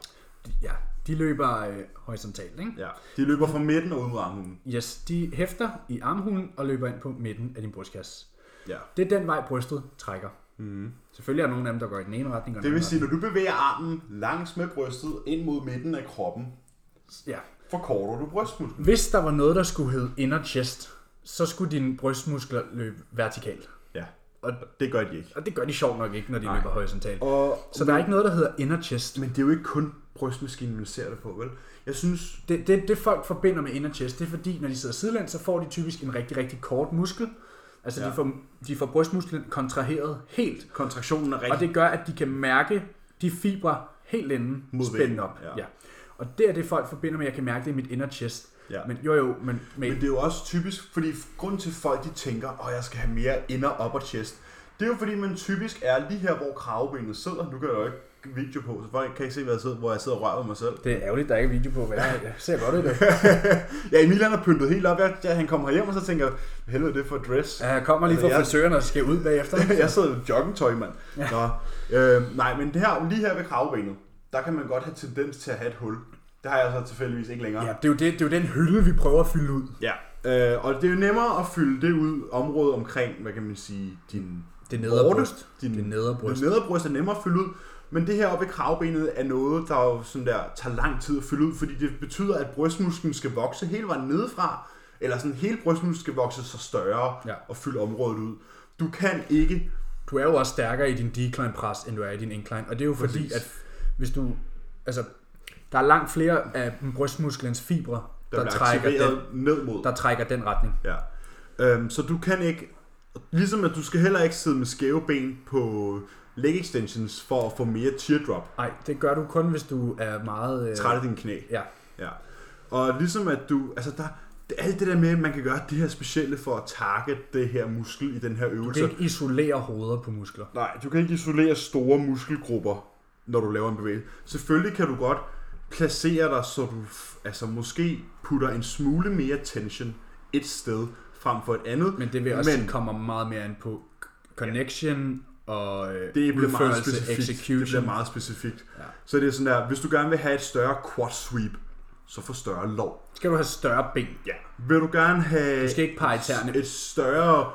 A: Ja, de løber øh, horisontalt, ikke?
B: Ja. De løber fra midten og ud mod armhulen.
A: Yes, de hæfter i armhulen og løber ind på midten af din brystkasse.
B: Ja.
A: Det er den vej, brystet trækker. Mm. Selvfølgelig er der nogle af dem, der går i den ene retning. Og den
B: Mhm. Det vil
A: anden
B: sige, når du bevæger armen langs med brystet ind mod midten af kroppen,
A: retning. Ja.
B: forkorter du brystmusklen.
A: Hvis der var noget, der skulle hedde inner chest, så skulle dine brystmuskler løbe vertikalt.
B: Ja.
A: Og,
B: Det gør de ikke.
A: og det gør de sjovt nok ikke, når de Nej. løber horisontalt.
B: Og,
A: Så der er ikke noget, der hedder inner chest.
B: men det er jo ikke kun brystmaskinen, man ser det på, vel? Jeg synes,
A: Det, det, det folk forbinder med inner chest, det er fordi, når de sidder sidelæns, så får de typisk en rigtig, rigtig kort muskel. Altså ja. de,
B: Ja.
A: får, de får brystmusklen kontraheret helt.
B: kontraktionen er rigtig...
A: Og det gør, at de kan mærke de fibre helt inden
B: Mod
A: spændt
B: væggen,
A: op.
B: ja.
A: Ja. Og det er det, folk forbinder med, at jeg kan mærke det i mit inner chest.
B: Ja.
A: Men jo jo, men, men
B: Men det er jo også typisk, fordi grund til folk de tænker, at jeg skal have mere inner upper chest, det er jo fordi man typisk er lige her, hvor kravebenet sidder. Nu kan jeg jo ikke video på, så folk kan ikke se, hvad jeg sidder, hvor jeg sidder og rører ved mig selv. (laughs)
A: det er ærgerligt, der er ikke video på, hvad jeg, jeg ser godt ud i det.
B: Ja, Emil han er pyntet helt op. Jeg, jeg, han kommer hjem og så tænker jeg, "Hvad helvede er det for et dress. (laughs)
A: Ja, jeg kommer lige fra
B: Altså, jeg-
A: frisøren og skal ud
B: (laughs)
A: bagefter.
B: jeg sidder i joggingtøj, mand. Nå, øh, nej, men det her, lige her ved kravebenet, der kan man godt have tendens til at have et hul. Det har jeg så tilfældigvis ikke længere.
A: Ja, det er, jo det, det er jo den hylde, vi prøver at fylde ud.
B: Ja, øh, og det er jo nemmere at fylde det ud område omkring, hvad kan man sige, din
A: Det nedre
B: vorte,
A: bryst.
B: Din,
A: Det nedre bryst.
B: Det nedre bryst er nemmere at fylde ud, men det her oppe i kravbenet er noget, der jo sådan der, tager lang tid at fylde ud, fordi det betyder, at brystmusklen skal vokse hele vejen nedefra, eller sådan hele brystmusklen skal vokse så større
A: Ja.
B: og fylde området ud. Du kan ikke,
A: Du er jo også stærkere i din decline pres, end du er i din incline. Og det er jo Præcis. fordi,
B: Præcis.
A: at hvis du... Altså, der er langt flere af brystmusklens fibre,
B: der,
A: der, der,
B: der bliver
A: trækker, den,
B: aktiveret ned mod.
A: der trækker den retning.
B: Ja. Øhm, så du kan ikke, ligesom at du skal heller ikke sidde med skæve ben på leg extensions for at få mere teardrop.
A: Nej, det gør du kun, hvis du er meget... Øh,
B: Træt af dine knæ.
A: Ja,
B: Ja. Og ligesom at du, altså der, det- alt det der med, at man kan gøre det her specielle for at target det her muskel i den her
A: du
B: øvelse.
A: kan ikke isolere hoveder på muskler.
B: Nej, du kan ikke isolere store muskelgrupper, når du laver en bevægelse. Selvfølgelig kan du godt placere dig, så du f- altså måske putter en smule mere tension et sted frem for et andet.
A: Men det vil også
B: Men-
A: Men, kommer meget mere an på c- connection og øh,
B: det bliver meget
A: udførelse,
B: specifikt.
A: execution.
B: Det bliver meget specifikt.
A: Ja.
B: Ja. Så det er sådan der, hvis du gerne vil have et større quad sweep, så få større lov.
A: Skal du have større ben?
B: Ja. Vil du gerne have
A: Du skal ikke pege tæerne.
B: et større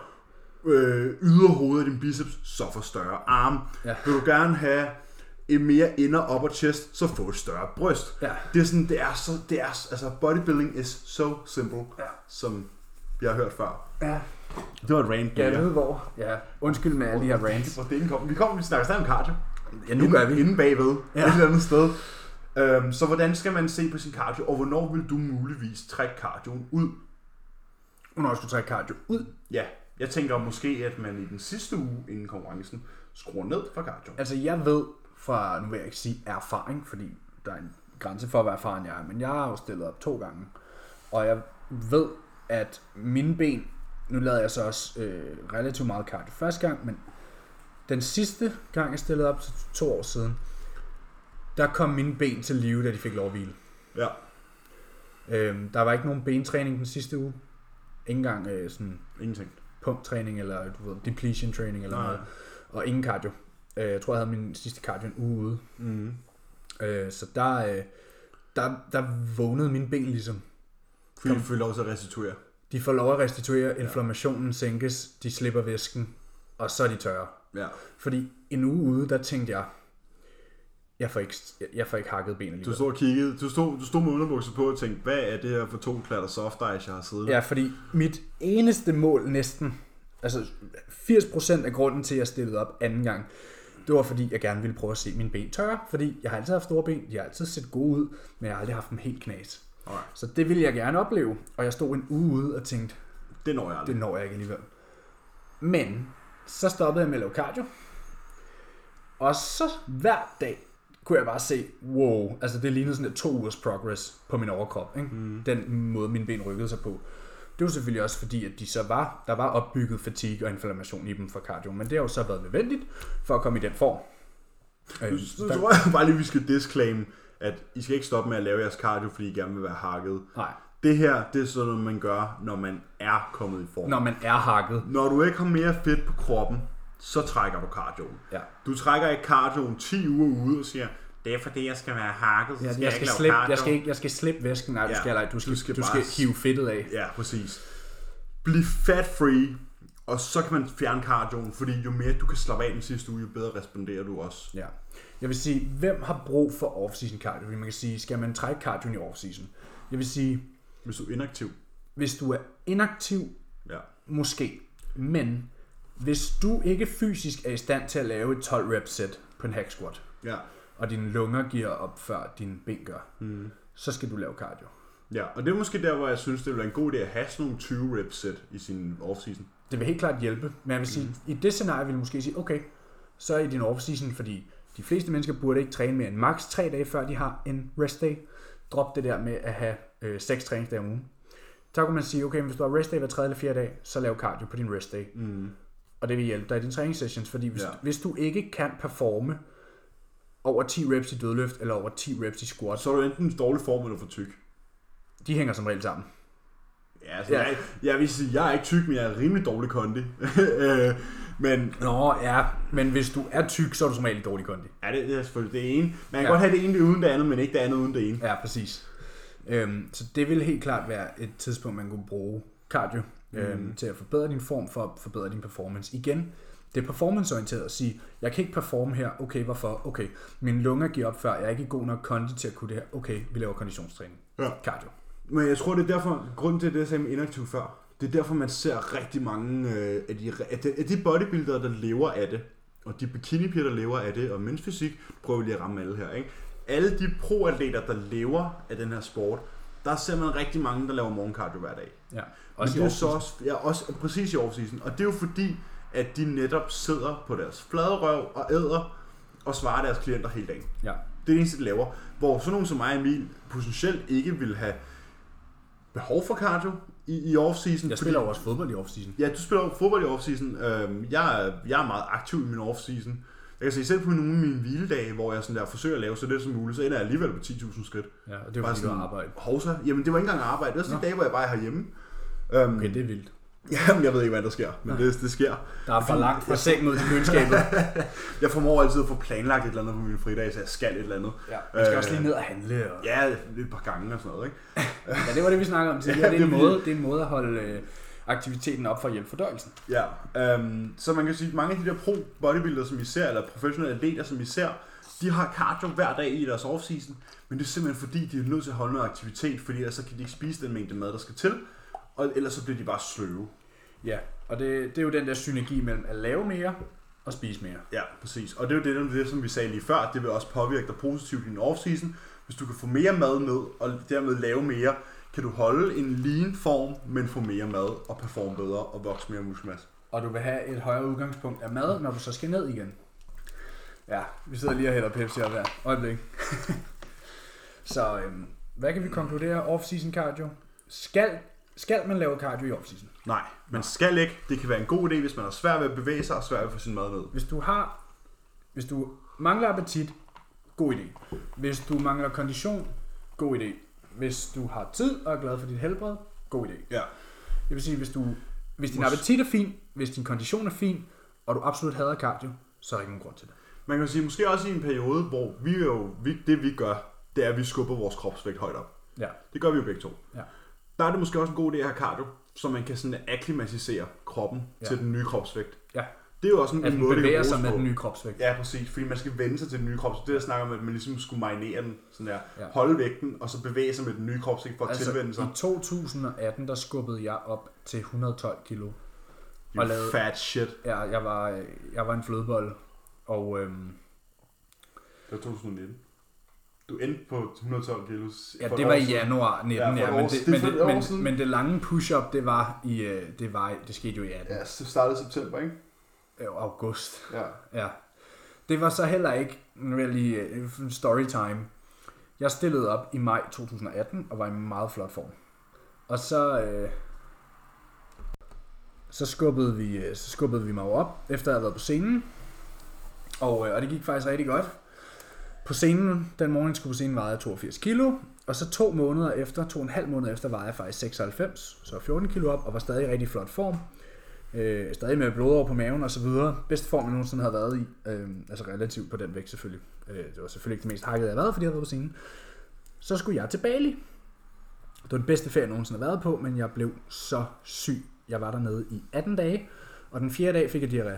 B: øh, yderhoved af din biceps, så få større arm.
A: Ja.
B: Ja. Vil du gerne have en mere inner upper chest, så få et større bryst.
A: Ja.
B: Det er sådan, det er så, det er, altså bodybuilding is so simple,
A: Ja.
B: som jeg har hørt før.
A: Ja,
B: Det var et rant.
A: jeg ved hvor. Ja, undskyld med alle de her rants.
B: Hvor det kom. Vi kommer, vi snakker stadig om cardio.
A: Ja, nu gør vi.
B: Inden bagved,
A: Ja.
B: ja. et eller andet sted. Øhm, så hvordan skal man se på sin cardio, og hvornår vil du muligvis trække cardioen ud?
A: Hvornår skal du trække cardio ud?
B: Ja, jeg tænker måske, at man i den sidste uge inden konkurrencen skruer ned for cardio.
A: Altså, jeg ved fra, nu vil jeg ikke sige erfaring, fordi der er en grænse for, hvor erfaren jeg er, men jeg har jo stillet op to gange, og jeg ved, at mine ben, nu lavede jeg så også øh, relativt meget cardio første gang, men den sidste gang, jeg stillede op, så to år siden, der kom mine ben til live, da de fik lov at hvile.
B: Ja.
A: Øh, der var ikke nogen bentræning den sidste uge. Ikke engang øh, sådan
B: Ingenting.
A: pumptræning, eller du ved, depletion training, eller
B: Nej.
A: noget. Og ingen cardio. Øh, jeg tror, jeg havde min sidste cardio en uge ude.
B: Mm.
A: Øh, så der, øh, der, der vågnede mine ben ligesom.
B: Fordi du får lov til at restituere.
A: De De får lov at restituere, inflammationen sænkes, de slipper væsken, og så er de tørre.
B: Ja.
A: Fordi en uge ude, der tænkte jeg, jeg får ikke, jeg får ikke hakket ben
B: Du
A: alligevel.
B: stod og kiggede, du stod, du stod med underbukser på og tænkte, hvad er det her for to klatter soft ice, jeg har siddet
A: Ja, fordi mit eneste mål næsten, altså 80% af grunden til, at jeg stillede op anden gang, det var fordi, jeg gerne ville prøve at se mine ben tørre, fordi jeg har altid haft store ben, de har altid set gode ud, men jeg har aldrig haft dem helt knas.
B: Alright.
A: Så det ville jeg gerne opleve, og jeg stod en uge ude og tænkte,
B: Det når jeg
A: det
B: aldrig.
A: når jeg ikke alligevel. Men så stoppede jeg med at lave cardio. Og så hver dag kunne jeg bare se, wow, altså det lignede sådan et to ugers progress på min overkrop. Ikke? Mm. Den måde, mine ben rykkede sig på. Det var selvfølgelig også fordi, at de så var, der var opbygget fatigue og inflammation i dem fra cardio. Men det har jo så været nødvendigt for at komme i den form. Øhm,
B: Så
A: der-
B: tror jeg bare lige, vi skal disclaim, at I skal ikke stoppe med at lave jeres cardio, fordi I gerne vil være hakket.
A: Nej,
B: Det her, det er sådan noget, man gør, når man er kommet i form.
A: når man er hakket.
B: Når du ikke har mere fedt på kroppen, så trækker du cardioen.
A: Ja.
B: Du trækker ikke cardioen 10 uger ude og siger, det er fordi, jeg skal være hakket, så
A: Jeg,
B: skal
A: jeg,
B: jeg,
A: skal
B: ikke lave
A: slippe,
B: cardio.
A: jeg, skal ikke, jeg skal slippe væsken. Nej, du
B: Ja,
A: skal, eller, du skal, du skal,
B: skal
A: du
B: bare
A: skal hive fedtet af.
B: Ja, præcis. Bliv fat free, og så kan man fjerne cardioen, fordi jo mere du kan slappe af den sidste uge, jo bedre responderer du også.
A: Ja. Jeg vil sige, hvem har brug for off-season cardio? Fordi man kan sige, skal man trække cardio i off-season? Jeg vil sige,
B: Hvis du er inaktiv.
A: hvis du er inaktiv,
B: Ja.
A: måske. Men hvis du ikke fysisk er i stand til at lave et 12 rep set på en hack squat,
B: Ja.
A: og dine lunger giver op før dine ben gør, mm. så skal du lave cardio.
B: Ja, og det er måske der, hvor jeg synes, det ville være en god idé at have sådan nogle 20 rep set i sin off-season.
A: Det vil helt klart hjælpe, men jeg vil sige, mm. i det scenarie vil jeg måske sige, okay, så er i din off-season, fordi de fleste mennesker burde ikke træne mere end maks 3 dage, før de har en rest day. Drop det der med at have øh, 6 træningsdage om ugen. Så kunne man sige, okay, hvis du har rest day hver 3. eller 4. dag, så lav cardio på din rest day. Mm. Og det vil hjælpe dig i dine træningssessions, fordi hvis, ja.
B: Ja.
A: hvis du ikke kan performe over 10 reps i dødløft eller over 10 reps i
B: Og
A: squats,
B: så er du enten i dårlig form eller for tyk.
A: de hænger som regel sammen.
B: Ja, altså,
A: Ja.
B: ja. Jeg, jeg vil sige, jeg er ikke tyk, men jeg er rimelig dårlig kondi. (laughs) Øh, men
A: Nå ja, men hvis du er tyk, så er du som regel i dårlig kondi.
B: ja, det, det er selvfølgelig det ene. Man kan
A: Ja.
B: ja. godt have det ene uden det andet, men ikke det andet uden det ene.
A: Ja, præcis. Øhm, så det vil helt klart være et tidspunkt, man kunne bruge cardio øhm,
B: Mhm.
A: mm. til at forbedre din form for at forbedre din performance. Igen, det er performanceorienteret at sige, jeg kan ikke performe her, okay, hvorfor? Okay, mine lunger giver op før, jeg er ikke i god nok kondi til at kunne det her, okay, vi laver konditionstræning.
B: Ja.
A: Cardio.
B: Men jeg tror, det er derfor, grunden til det, jeg sagde med inaktiv før, det er derfor, man ser rigtig mange øh, af, de, af, de, af de bodybuildere, der lever af det, og de bikinipiger, der lever af det, og mens fysik, prøver vi lige at ramme alle her, ikke? Alle de proatleter, der lever af den her sport, der ser man rigtig mange, der laver morgenkardio hver dag.
A: Ja.
B: Og
A: Også
B: det
A: i
B: er så
A: off-season.
B: også, ja, også præcis i offseason. Og det er jo fordi, at de netop sidder på deres flade røv og æder og svarer deres klienter hele dagen.
A: ja.
B: Det er det eneste, de laver. Hvor sådan nogen som mig og Emil potentielt ikke vil have behov for cardio i, i off-season.
A: Jeg spiller jo også fodbold i offseason.
B: Ja, du spiller jo fodbold i off-season. Øhm, jeg, er- jeg er meget aktiv i min off-season. Jeg kan se selv på nogle af mine hviledage, hvor jeg sådan der forsøger at lave så lidt som muligt, så ender jeg alligevel på 10.000 skridt.
A: Ja, og det er jo fordi, du har arbejde.
B: Hovsa. Jamen, det var ikke engang arbejde. Det var sådan de dage, hvor jeg bare er herhjemme. Øhm,
A: Okay, det er vildt.
B: (laughs) Jamen, jeg ved ikke, hvad der sker, men det, det sker.
A: Der er for langt fra seng mod til
B: (laughs)
A: køleskabet.
B: Jeg formår altid at få planlagt et eller andet på mine fridage, så jeg skal et eller andet.
A: ja. Man skal også
B: Øh.
A: lige ned og handle. Og...
B: Ja, et par gange og sådan noget, ikke?
A: Ja, det var det, vi snakkede om tidligere.
B: Ja,
A: det, er en
B: det er
A: måde, det er en måde at holde øh, aktiviteten op for at hjælpe fordøjelsen.
B: Ja, øhm, så man kan sige, at mange af de der pro-bodybuildere, som I ser, eller professionelle atleter, som I ser, de har cardio hver dag i deres offseason, men det er simpelthen fordi, de er nødt til at holde noget aktivitet, fordi ellers så kan de ikke spise den mængde mad, der skal til, og ellers så bliver de bare sløve.
A: Ja, og det, det er jo den der synergi mellem at lave mere og spise mere.
B: Ja, præcis. Og det er jo det, det, som vi sagde lige før, det vil også påvirke dig positivt i din offseason. Hvis du kan få mere mad med, og dermed lave mere, kan du holde en lean form, men få mere mad og performe bedre og vokse mere muskelmasse.
A: Og du vil have et højere udgangspunkt af mad, når du så skal ned igen. Ja, vi sidder lige og hælder Pepsi op her. Øjeblik. (laughs) så øhm, hvad kan vi konkludere? Off-season cardio. Skal, skal man lave cardio i off-season?
B: Nej, man skal ikke. Det kan være en god idé, hvis man har svært ved at bevæge sig og svært ved at få sin mad ned.
A: Hvis du har, hvis du mangler appetit, god idé. Hvis du mangler kondition, god idé. Hvis du har tid og er glad for dit helbred, god idé.
B: Ja.
A: Jeg vil sige, hvis, du, hvis din appetit er fin, hvis din kondition er fin, og du absolut hader cardio, så er der ikke nogen grund til det.
B: Man kan jo sige, måske også i en periode, hvor vi jo, vi, det vi gør, det er, at vi skubber vores kropsvægt højt op.
A: Ja.
B: Det gør vi jo begge to.
A: Ja.
B: Der er det måske også en god idé at have cardio, så man kan sådan akklimatisere kroppen ja.
A: Ja.
B: til den nye kropsvægt.
A: Ja.
B: Det er jo også en,
A: At
B: en
A: Altså, den
B: måde, det
A: bevæger
B: kan
A: sig
B: bruges
A: med
B: på.
A: den nye kropsvægt.
B: Ja, præcis, fordi man skal vende sig til den nye krop. Så det der snakker om, at man ligesom skulle marinere den, sådan der, ja.
A: Ja.
B: holde vægten, og så bevæge sig med den nye kropsvægt for at altså, tilvende sig.
A: i 2018, der skubbede jeg op til 112 kilo.
B: You
A: og lave-
B: fat shit.
A: Ja, jeg var, øh, jeg var en flødebold, og øhm,
B: Det var 2019. Du endte på 112 kilo.
A: ja,
B: for et
A: det
B: år
A: var i
B: siden.
A: januar 19,
B: Ja, for
A: ja,
B: et
A: men,
B: år-
A: det,
B: det er
A: men,
B: for et år
A: det, men,
B: siden.
A: men det lange push-up, det var i, øh, det, var, i- det skete jo i 18.
B: Ja, så startede september, ikke?
A: Øh, august.
B: Ja.
A: Ja. Det var så heller ikke really øh, storytime. Jeg stillede op i maj 2018 og var i meget flot form. Og så øh, så skubbede vi øh, så skubbede vi mig jo op efter jeg havde været på scenen. Og, øh, og det gik faktisk rigtig godt. På scenen, den morgen jeg skulle på scenen, vejede jeg 82 kilo. Og så to måneder efter, to og en halv måned efter, vejede jeg faktisk 96, så 14 kilo op og var stadig i rigtig flot form. Øh, stadig med blodår på maven og så videre. Bedste form, jeg nogensinde havde været i. Øh, altså relativt på den vægt selvfølgelig. Øh, det var selvfølgelig ikke det mest hakket, jeg havde været, fordi jeg havde været på scenen. Så skulle jeg til Bali. Det var den bedste ferie, jeg nogensinde har været på, men jeg blev så syg. Jeg var dernede i 18 dage, og den fjerde dag fik jeg diarré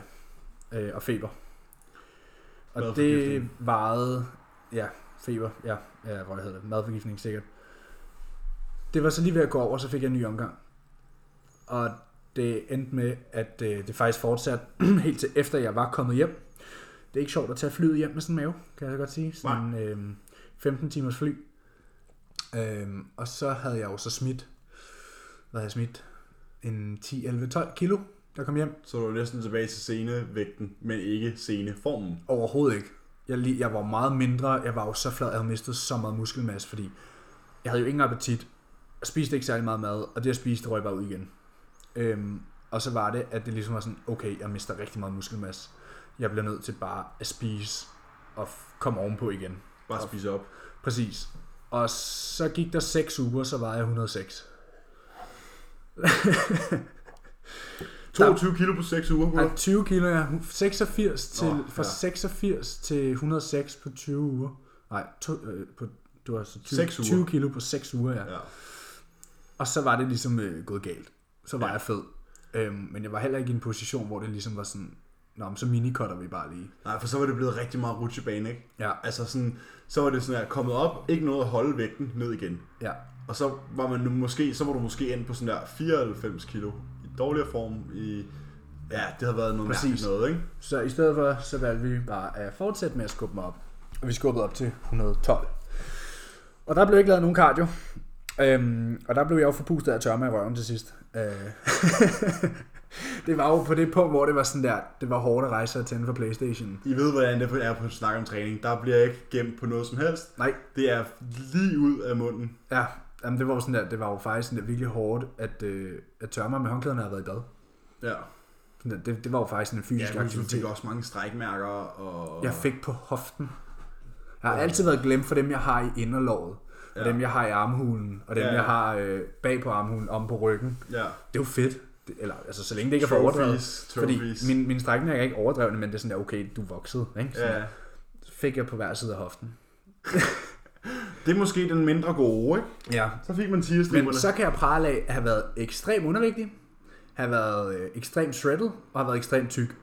A: øh, og feber. Og det
B: Madforgiftning.
A: varede, ja, feber, ja, ja hvad hedder det, madforgiftning sikkert. Det var så lige ved at gå over, så fik jeg en ny omgang. Og det endte med, at øh, det faktisk fortsatte (clears throat) helt til efter jeg var kommet hjem. Det er ikke sjovt at tage flyet hjem med sådan en mave, kan jeg så godt sige. Sådan øh, 15 timers fly. Øh, og så havde jeg jo så smidt, hvad havde jeg smidt? En 10, 11, 12 kilo, der kom hjem.
B: Så du er næsten tilbage til scenevægten, men ikke sceneformen.
A: Overhovedet ikke. Jeg, li- jeg var meget mindre, jeg var jo så flad, jeg havde mistet så meget muskelmasse, fordi jeg havde jo ingen appetit, jeg spiste ikke særlig meget mad, og det jeg spiste, røg bare ud igen. Øhm, og så var det, at det ligesom var sådan, okay, jeg mister rigtig meget muskelmasse. Jeg bliver nødt til bare at spise og f- komme ovenpå igen.
B: Bare spise op.
A: Præcis. Og så gik der 6 uger, så var jeg 106.
B: 22 kilo på 6 uger,
A: Nej,
B: gutter.
A: 20 kilo, ja. 86 til,
B: Nå,
A: Nå, fra
B: ja.
A: 86 til 106 på 20 uger. Nej, to, øh, på, det var altså 20,
B: Seks uger.
A: 20 kilo på 6 uger, ja. ja.
B: Ja.
A: Og så var det ligesom øh, gået galt. Så var
B: Ja.
A: ja. jeg fed. Øhm, men jeg var heller ikke i en position, hvor det ligesom var sådan, Nå, men så minikotter vi bare lige.
B: Nej, for så var det blevet rigtig meget rutsjebane, ikke?
A: Ja,
B: Altså sådan, så var det sådan her, kommet op, ikke noget at holde vægten ned igen.
A: ja.
B: Og så var man nu måske, så var du måske ind på sådan der 94 kilo i dårligere form i ja, det havde været noget
A: Præcis.
B: mærkeligt noget, ikke?
A: Så i stedet for, så valgte vi bare at fortsætte med at skubbe mig op. Og vi skubbede op til 112. Og der blev ikke lavet nogen cardio. Øhm, og der blev jeg jo forpustet af tørme i røven til sidst. Øh. (laughs) det var jo på det punkt, hvor det var sådan der, det var hårdt at rejse sig og tænde for Playstation.
B: I ved, hvordan det er på at snakke om træning. Der bliver ikke gemt på noget som helst.
A: Nej,
B: Det er lige ud af munden.
A: ja, jamen det var jo sådan der, det var jo faktisk sådan der virkelig hårdt, at, øh, at tørre mig med håndklæderne havde været i bad.
B: Ja,
A: Sådan der, Det, det var jo faktisk sådan en fysisk
B: ja
A: ja,
B: men du fik
A: aktivitet.
B: også mange strækmærker og...
A: Jeg fik på hoften. Jeg har altid været glemt for dem, jeg har i inderlåret. Og
B: Ja.
A: dem, jeg har i armhulen. Og dem,
B: Ja, ja.
A: jeg har øh, bag på armhulen, om på ryggen.
B: Ja.
A: Det er jo fedt. Det, eller, altså, så længe det ikke er for
B: Trophies,
A: overdrevet. Fordi
B: trophies.
A: min, min strækning er ikke overdrevet, men det er sådan der, okay, du voksede. Ikke? Sådan
B: Ja.
A: der. Så fik jeg på hver side af hoften.
B: Det er måske den mindre gode, ikke?
A: Ja.
B: Så fik man
A: Men
B: tigerstriberne.
A: så kan jeg prale af at have været ekstremt undervægtig, have været øh, ekstremt shredded og have været ekstremt tyk.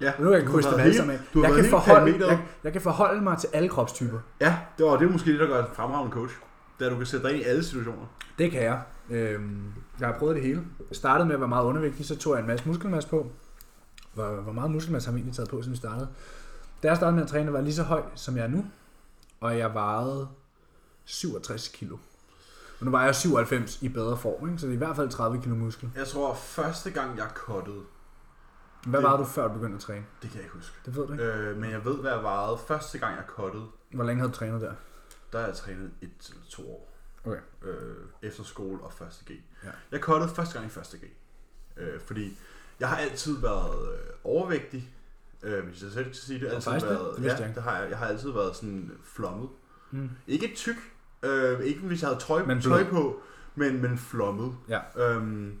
B: Ja,
A: Nu kan jeg
B: du har
A: krydse det
B: været
A: alle
B: hele-
A: sammen af.
B: Du har
A: Jeg
B: været
A: kan,
B: hele
A: forholde,
B: parameteret.
A: jeg, jeg kan forholde mig til alle kropstyper.
B: Ja, det, var, det er måske det, der gør dig fremragende coach. Det er, at du kan sætte dig ind i alle situationer.
A: Det kan jeg. Øhm, jeg har prøvet det hele. Jeg startede med at være meget undervægtig, så tog jeg en masse muskelmasse på. Hvor, hvor meget muskelmasse har vi egentlig taget på, siden vi startede? Da jeg startede med at træne, var jeg lige så høj, som jeg er nu. Og jeg vejede 67 kilo. Og nu vejer jeg 97 i bedre form, ikke? så det er i hvert fald 30 kilo muskel.
B: Jeg tror, første gang jeg kottede,
A: Hvad
B: Det-
A: var du før du begyndte at træne?
B: det kan jeg ikke huske.
A: Det ved du ikke.
B: Øh, men jeg ved, hvad jeg vejede. Første gang jeg kottede,
A: Hvor længe havde du trænet der?
B: der har jeg trænet et eller to år.
A: Okay.
B: Øh, efter skole og 1. G.
A: Ja.
B: Jeg kottede første gang i 1. G. Øh, fordi jeg har altid været øh, overvægtig. Øh, hvis jeg selv skal sige det. Altid
A: faktisk det?
B: været,
A: Det vidste
B: ja,
A: jeg ikke.
B: det har jeg. Jeg har altid været sådan flommet.
A: Mm. (laughs)
B: Ikke tyk. Øh, ikke hvis jeg havde tøj,
A: Men
B: tøj
A: blød.
B: på, men, men flommet.
A: Ja.
B: Øhm,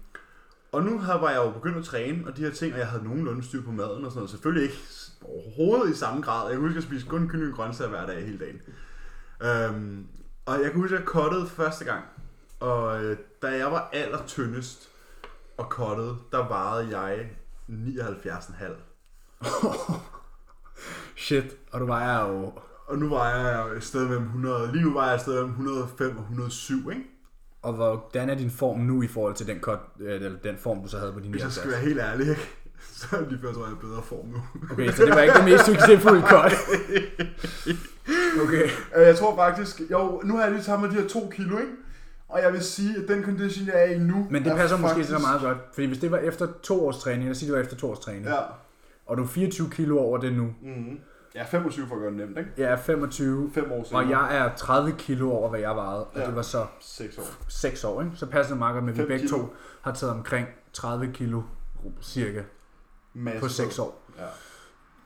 B: og nu havde, var jeg jo begyndt at træne, og de her ting, og jeg havde nogenlunde styr på maden og sådan noget. Selvfølgelig ikke overhovedet i samme grad. Jeg kunne huske, at jeg spiste kun kylling og grøntsager hver dag hele dagen. Øhm, og jeg kan huske, at jeg kottede første gang. Og øh, da jeg var aller tyndest, og kottede, der varede jeg 79,5.
A: Shit, og du vejer jo...
B: Og nu var jeg et sted mellem 100, lige nu var jeg et sted mellem 105 og 107, ikke?
A: Og hvordan er din form nu i forhold til den, cut, øh, eller den form, du så havde på din
B: Hvis jeg
A: 69?
B: skal være helt ærlig, ikke? (laughs) så er det lige før, jeg tror jeg er i bedre form nu.
A: Okay, så det var ikke det mest succesfulde
B: (laughs)
A: cut. Okay.
B: Øh, Jeg tror faktisk, jo, nu har jeg lige taget med de her to kilo, ikke? Og jeg vil sige, at den condition, jeg er i nu...
A: Men det
B: er
A: passer måske
B: faktisk-
A: så meget godt. Fordi hvis det var efter to års træning, lad os sige, det var efter to års træning, ja.
B: Ja.
A: og du er 24 kilo over det nu,
B: Mm-hmm. Jeg er 25 for at gøre det nemt, ikke?
A: jeg er 25,
B: Fem år siden.
A: og jeg er 30 kilo over, hvad jeg vejede, og
B: Ja.
A: det var så
B: 6 år.
A: 6 år, ikke? Så passer det meget godt med, at vi
B: Fem
A: begge
B: kilo.
A: to har taget omkring 30 kilo cirka
B: Masse
A: på 6 år.
B: Ja.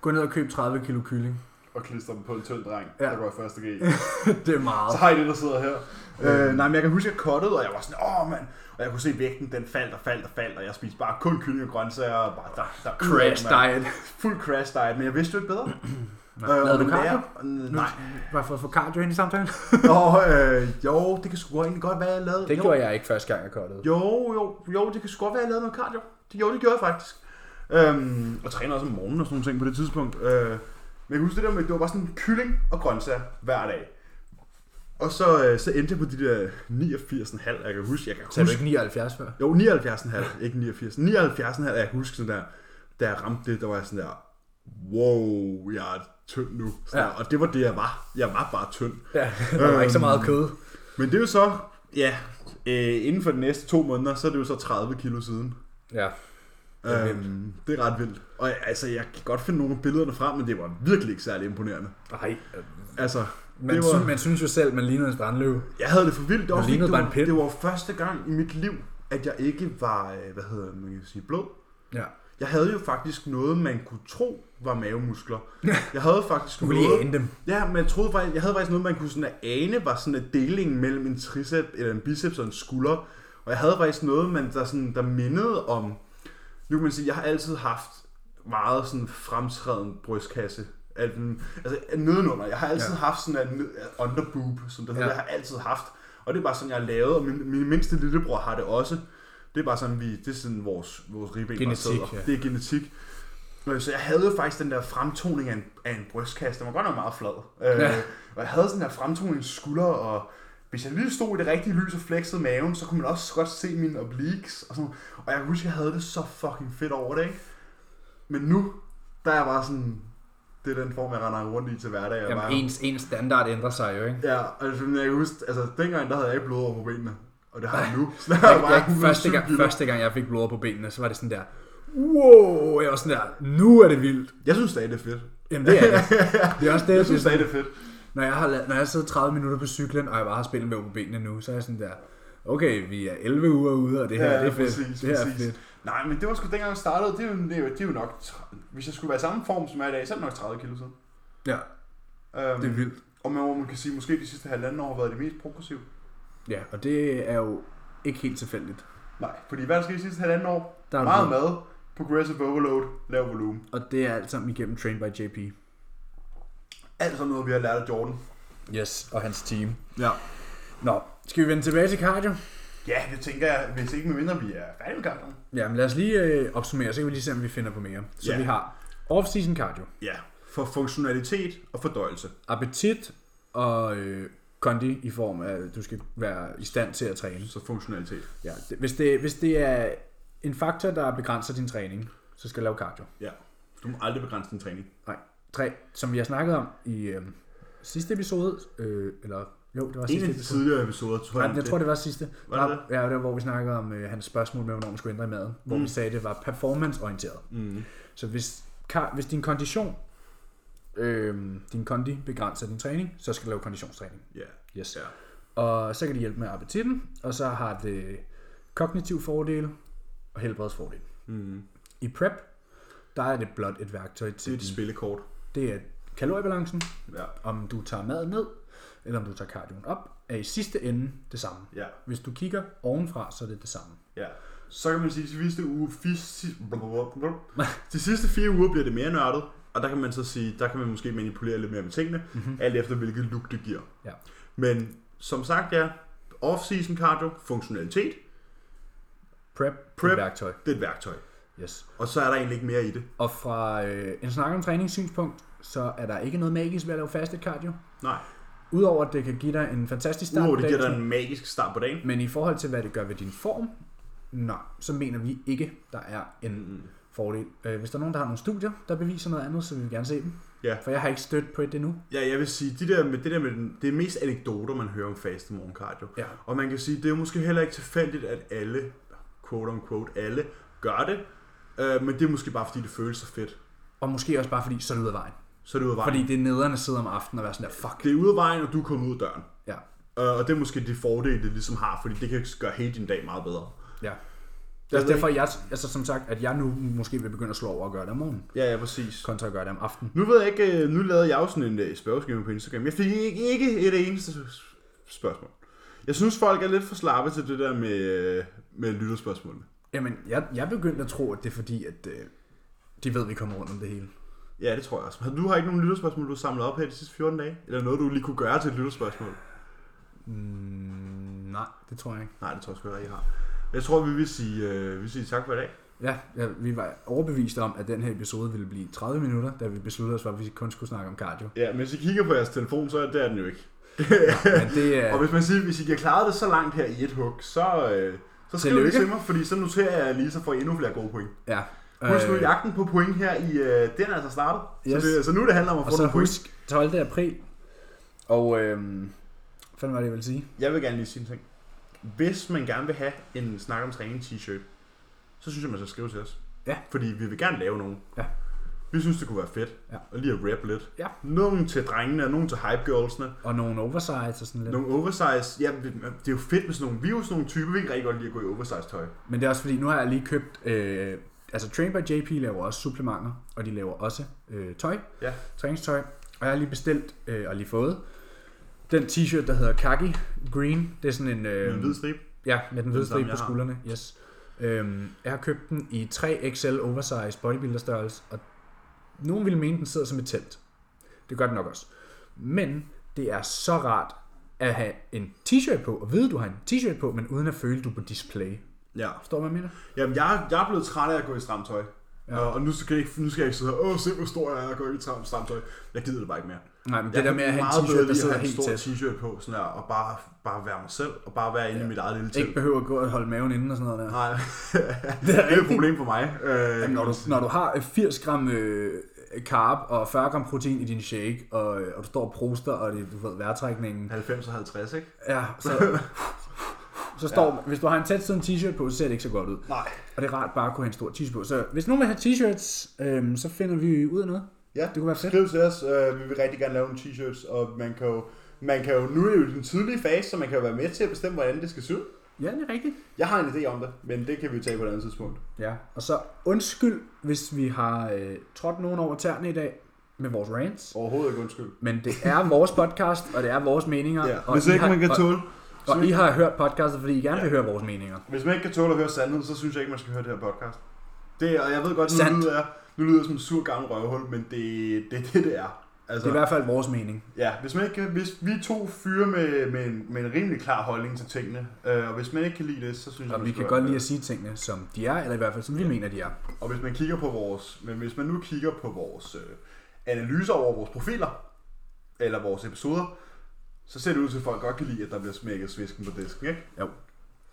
A: Gå ned og køb 30 kilo kylling. (laughs)
B: Og klister dem på en tynd dreng,
A: Ja.
B: (laughs) ja. der går i første G.
A: det er meget.
B: Så har I det, der sidder her. Øh, nej, men jeg kan huske, at jeg kottede, og jeg var sådan, åh mand. Og jeg kunne se vægten, den faldt og faldt og faldt, og jeg spiste bare kun kylling og grøntsager, og bare der, der
A: Crash
B: mand.
A: diet.
B: Fuld crash diet, men jeg vidste jo ikke bedre.
A: Nej. Lavede du
B: men da jeg- Nej. (laughs)
A: Bare for at få cardio ind i samtalen.
B: Og øh, jo, det kan sgu egentlig godt være, jeg lavede.
A: Det
B: jo,
A: gjorde jeg ikke første gang, jeg cuttede.
B: Jo, jo, jo, det kan sgu godt være, jeg lavede noget cardio. Det, jo, det gjorde jeg faktisk. Øhm, og træner også om morgenen og sådan nogle ting på det tidspunkt. Øh, men jeg kan huske det der med, det var bare sådan kylling og grøntsager hver dag. Og så, øh, så endte jeg på de der 89,5, jeg kan huske. Jeg kan
A: Sagde du
B: huske
A: ikke 79 før?
B: jo, 79,5, ikke 89. 79,5, jeg kan huske sådan der, da jeg ramte det, der var jeg sådan der, wow, jeg er tynd nu. Sådan
A: Ja.
B: der. Og det var det, jeg var. Jeg var bare tynd.
A: Ja, (laughs) der var ikke så
B: Øhm.
A: meget kød.
B: Men det er jo så, ja, øh, inden for de næste to måneder, så er det jo så 30 kilo siden.
A: Ja. Det er
B: Øhm, det er ret vildt. Og jeg- altså, jeg kan godt finde nogle af billederne frem, men det var virkelig ikke særlig imponerende.
A: Nej.
B: Altså,
A: øh, Man,
B: det
A: var...
B: var,
A: synes, man synes jo selv, man ligner en strandløve.
B: jeg havde det for vildt. Det var,
A: Man
B: også,
A: lignede
B: det,
A: bare
B: var,
A: en pind.
B: det var første gang i mit liv, at jeg ikke var, øh, hvad hedder man kan sige, blå.
A: Ja.
B: Jeg havde jo faktisk noget, man kunne tro var
A: (laughs)
B: mavemuskler. Jeg havde faktisk
A: Du kunne lige
B: noget...
A: ane dem.
B: Ja, men jeg troede faktisk, jeg havde faktisk noget, man kunne sådan at ane, var sådan en deling mellem en tricep, eller en biceps og en skulder. Og jeg havde faktisk noget, man, der, sådan, der mindede om, nu kan man sige, jeg har altid haft meget sådan fremtrædende brystkasse. At, den- altså nedenunder. Jeg har altid
A: Ja.
B: ja. haft sådan en ned- underboob, som det hedder.
A: Ja.
B: Ja. Jeg har altid haft. Og det er bare sådan, jeg har lavet, og min, min mindste lillebror har det også. Det er bare sådan, vi, det er sådan vores, vores ribben
A: Genetik, ja.
B: ja. Det er genetik. Øh, Så jeg havde jo faktisk den der fremtoning af en, af en brystkasse. Den var godt nok meget flad. Øh,
A: Ja.
B: Og jeg havde sådan der fremtoning i skulder, og hvis jeg lige stod i det rigtige lys og flexede maven, så kunne man også godt se mine obliques. Og, sådan. og jeg kan huske, jeg havde det så fucking fedt over det, ikke? Men nu, der er jeg bare sådan... Det er den form, jeg render rundt i til hverdag. Jeg
A: Jamen,
B: bare,
A: ens, ens standard ændrer sig jo, ikke?
B: Ja, altså, men jeg kan huske, altså dengang, der havde jeg ikke blod over på benene. Og det har jeg nu. (laughs) Så der er
A: Jeg,
B: jeg bare
A: jeg,
B: 107
A: første, gang,
B: kilo.
A: første gang, jeg fik blod på benene, så var det sådan der, wow, jeg var sådan der, nu er det vildt.
B: Jeg synes stadig, det er fedt.
A: Jamen, det er
B: (laughs)
A: det. Det er også det,
B: Jeg
A: jeg
B: synes
A: synes.
B: stadig, det er fedt.
A: Når jeg har, la- når jeg sidder 30 minutter på cyklen, og jeg bare har spillet med på benene nu, så er jeg sådan der, okay, vi er 11 uger ude, og det her,
B: Ja,
A: det er fedt.
B: præcis,
A: det her er
B: præcis.
A: fedt.
B: Nej, men det var sgu dengang jeg startede, det er, jo, det, er jo, det er jo nok, tr- hvis jeg skulle være i samme form som jeg er i dag, så er det nok 30 kilo siden.
A: Ja,
B: Øhm,
A: det er vildt.
B: Og man, hvor man kan sige, måske de sidste halvanden år har været det mest progressive.
A: Ja, og det er jo ikke helt tilfældigt.
B: Nej, fordi hvad der sker de sidste halvanden år?
A: Der er
B: Meget
A: du-
B: mad, progressive overload, lav volumen.
A: Og det er alt sammen igennem Train by JP.
B: Alt sådan noget, vi har lært af Jordan.
A: Yes, og hans team.
B: Ja.
A: Nå, skal vi vende tilbage til cardio?
B: Ja, det tænker jeg, hvis ikke medmindre vi er færdige med kampen.
A: Jamen lad os lige øh, opsummere, så kan vi lige se, om vi finder på mere. Så
B: Ja.
A: vi har off-season cardio,
B: Ja, for funktionalitet og fordøjelse.
A: appetit og øh, kondi i form af, at du skal være i stand til at træne.
B: Så funktionalitet.
A: Ja, det, hvis, det, hvis det er en faktor, der begrænser din træning, så skal du lave cardio.
B: Ja. Du må aldrig begrænse din træning.
A: Nej, tre, som vi har snakket om i øh, sidste episode, øh, eller jo, det var
B: En
A: sidste
B: af de
A: episode.
B: tidligere episoder, tror
A: Nej, jeg tror, det var sidste.
B: Var det
A: Der- Ja, det var, hvor vi snakkede om øh, hans spørgsmål med, hvornår man skulle ændre i maden. Hvor mm. vi sagde, at det var performanceorienteret.
B: Mm.
A: Så hvis, ka- hvis din kondition, øh, din kondi begrænser din træning, så skal du lave konditionstræning.
B: Ja.
A: Yes.
B: ja.
A: Og så kan det hjælpe med appetitten, og så har det kognitiv fordele og helbredsfordele.
B: Mm.
A: I PrEP, der er det blot et værktøj
B: Det er
A: til,
B: et
A: din,
B: spillekort.
A: det er kaloriebalancen,
B: Ja.
A: om du tager maden ned, eller om du tager cardioen op, er i sidste ende det samme.
B: Ja.
A: Hvis du kigger ovenfra, så er det det samme.
B: Ja. Så kan man sige, at de sidste, uge, de sidste fire uger bliver det mere nørdet, og der kan man så sige, der kan man måske manipulere lidt mere med tingene,
A: Mhm.
B: mm-hmm. alt efter hvilket look det giver.
A: Ja.
B: Men som sagt, ja, off-season cardio, funktionalitet,
A: Prep, Prep.
B: Prep.
A: Et værktøj.
B: Det er et værktøj.
A: Yes.
B: Og så er der egentlig ikke mere i det.
A: Og fra øh, en snak om træningssynspunkt, så er der ikke noget magisk ved at lave fastet cardio.
B: Nej.
A: Udover at det kan give dig en fantastisk start
B: Udover
A: på
B: det giver
A: dagen,
B: dig en magisk start på dagen.
A: Men i forhold til, hvad det gør ved din form, nej, så mener vi ikke, der er en
B: Mm.
A: fordel. Øh, Hvis der er nogen, der har nogle studier, der beviser noget andet, så vil vi gerne se dem.
B: Ja.
A: For jeg har ikke stødt på et endnu.
B: Ja, jeg vil sige, de der med, det der med den, det er mest anekdoter, man hører om faste morgenkardio.
A: Ja.
B: Og man kan sige, det er jo måske heller ikke tilfældigt, at alle, quote on quote, alle gør det. Øh, men det er måske bare, fordi det føles så fedt.
A: Og måske også bare fordi, så er det ud af vejen.
B: Så er det ude af vejen.
A: Fordi det er nederne der sidder om aftenen og være sådan der, fuck.
B: Det er ude af vejen, og du er kommet ud af døren.
A: Ja,
B: Øh, og det er måske de fordele, det ligesom har, fordi det kan gøre hele din dag meget bedre.
A: ja. Det er
B: Jeg
A: også
B: ved
A: derfor, jeg, altså som sagt, at jeg nu måske vil begynde at slå over og gøre det om morgenen,
B: Ja, ja, præcis.
A: kontra at gøre det om aftenen.
B: Nu ved jeg ikke, øh, nu lavede jeg jo sådan en øh, spørgeskema på Instagram. Jeg fik ikke, ikke et eneste s- spørgsmål. Jeg synes, folk er lidt for slappe til det der med, øh, med lytterspørgsmålene.
A: Jamen, jeg, jeg begyndte at tro, at det er fordi, at øh, de ved, at vi kommer rundt om det hele.
B: Ja, det tror jeg også. Har- Du har ikke nogen lytterspørgsmål, du har samlet op her de sidste 14 dage? Eller noget, du lige kunne gøre til et lytterspørgsmål?
A: Mm, nej, det tror jeg ikke.
B: Nej, det tror jeg sgu heller ikke, jeg har. Jeg tror, vi vil sige, øh, vi vil sige tak for i dag.
A: Ja, ja, vi var overbeviste om, at den her episode ville blive 30 minutter, da vi besluttede os for, at vi kun skulle snakke om cardio.
B: Ja, men hvis I kigger på jeres telefon, så er det er den jo ikke.
A: Men det
B: (laughs) Og
A: er...
B: hvis man siger, hvis I har klaret det så langt her i et hug, så, øh, så skriv det
A: Tillykke.
B: til mig, fordi så noterer jeg lige, så får I endnu flere gode point.
A: Ja.
B: Husk nu jagten på point her i øh, den er altså startet.
A: Øh. Yes.
B: Yes. Så, det, så nu det handler om at
A: og
B: få
A: så
B: nogle point.
A: husk 12. april. Og øhm, hvad fanden var det, jeg ville sige?
B: Jeg vil gerne lige sige en ting. Hvis man gerne vil have en snak om træning t-shirt, så synes jeg, man skal skrive til os.
A: Ja.
B: Fordi vi vil gerne lave nogen.
A: Ja.
B: Vi synes, det kunne være fedt.
A: Ja.
B: Og lige at rap lidt.
A: Ja.
B: Nogle til drengene, og nogle til hype girlsene.
A: Og nogle oversize og sådan lidt.
B: Nogle oversize. Ja, vi- det er jo fedt med sådan nogle. Vi er jo sådan nogle typer, vi kan rigtig godt lide at gå i oversize tøj.
A: Men det er også fordi, nu har jeg lige købt... Øh, altså Train by JP laver også supplementer, og de laver også øh, tøj.
B: Ja.
A: Træningstøj. Og jeg har lige bestilt øh, og lige fået den t-shirt, der hedder Kaki Green. Det er sådan en...
B: Med
A: Øh,
B: en hvid stribe.
A: Ja, med den hvide
B: Den samme,
A: stribe på
B: jeg har.
A: skuldrene, yes. Øhm, jeg har købt den i 3XL oversize bodybuilder størrelse, og nogen ville mene, den sidder som et telt. Det gør den nok også. Men det er så rart at have en t-shirt på, og vide, du har en t-shirt på, men uden at føle, du er på display.
B: Ja.
A: Forstår du, hvad jeg mener?
B: Jamen, jeg, jeg er blevet træt af at gå i stramt tøj. Ja. Og nu skal, jeg ikke, nu skal jeg ikke sidde her, åh, se hvor stor jeg er, jeg går i stramt, stramt tøj. Jeg gider det bare ikke mere.
A: Nej, men
B: Jeg
A: det der
B: kan
A: med at have en t-shirt, der
B: meget bedre lide at
A: sidder
B: have en
A: helt
B: stor
A: tæt.
B: t-shirt på, sådan der, og bare, bare være mig selv, og bare være inde i mit eget lille telt.
A: Ikke behøver at gå og holde maven inden og sådan noget der. (laughs)
B: Nej, det er et problem for mig. Øh,
A: Jamen, når, du, når du har øh, 80 gram øh, carb og 40 gram protein i din shake, og, øh, og du står og proster, og det, du ved, vejrtrækningen,
B: 90 og 50, ikke?
A: Ja,
B: (laughs)
A: så, så står ja. hvis du har en tæt siden t-shirt på, så ser det ikke så godt ud.
B: Nej.
A: Og det er rart bare at kunne have en stor t-shirt på. Så hvis nogen vil have t-shirts, øhm, så finder vi ud af noget.
B: Ja,
A: Det kunne være fedt.
B: Skriv til os, øh, vi vil rigtig gerne lave nogle t-shirts, og man kan jo, man kan jo nu er det jo den tidlige fase, så man kan jo være med til at bestemme, hvordan det skal se ud.
A: Ja, det er rigtigt.
B: Jeg har en idé om det, men det kan vi jo tage på et andet tidspunkt.
A: Ja, og så undskyld, hvis vi har øh, trådt nogen over tæerne i dag med vores rants.
B: Overhovedet ikke undskyld.
A: Men det er vores podcast, og det er vores meninger.
B: Ja,
A: og
B: hvis
A: I
B: ikke
A: har,
B: man kan tåle,
A: Og, og I har hørt podcastet, fordi I gerne vil høre vores meninger.
B: hvis man ikke kan tåle at høre sandheden, så synes jeg ikke, man skal høre det her podcast. Det, er- og jeg ved godt, nu
A: Sandt.
B: lyder, jeg, nu lyder jeg som en sur gammel røvhul, men det det, er det, det er. Altså,
A: Det er i hvert fald vores mening.
B: Ja, hvis, man ikke, hvis vi to fyre med, med, en, med en rimelig klar holdning til tingene, øh, og hvis man ikke kan lide det, så synes jeg,
A: Og vi
B: skal
A: kan
B: være
A: godt
B: med.
A: lide at sige tingene, som de er, eller i hvert fald som vi mener, de er.
B: Og hvis man kigger på vores, men hvis man nu kigger på vores øh, analyser over vores profiler, eller vores episoder, så ser det ud til, at folk godt kan lide, at der bliver smækket svisken på disken, ikke?
A: Jo.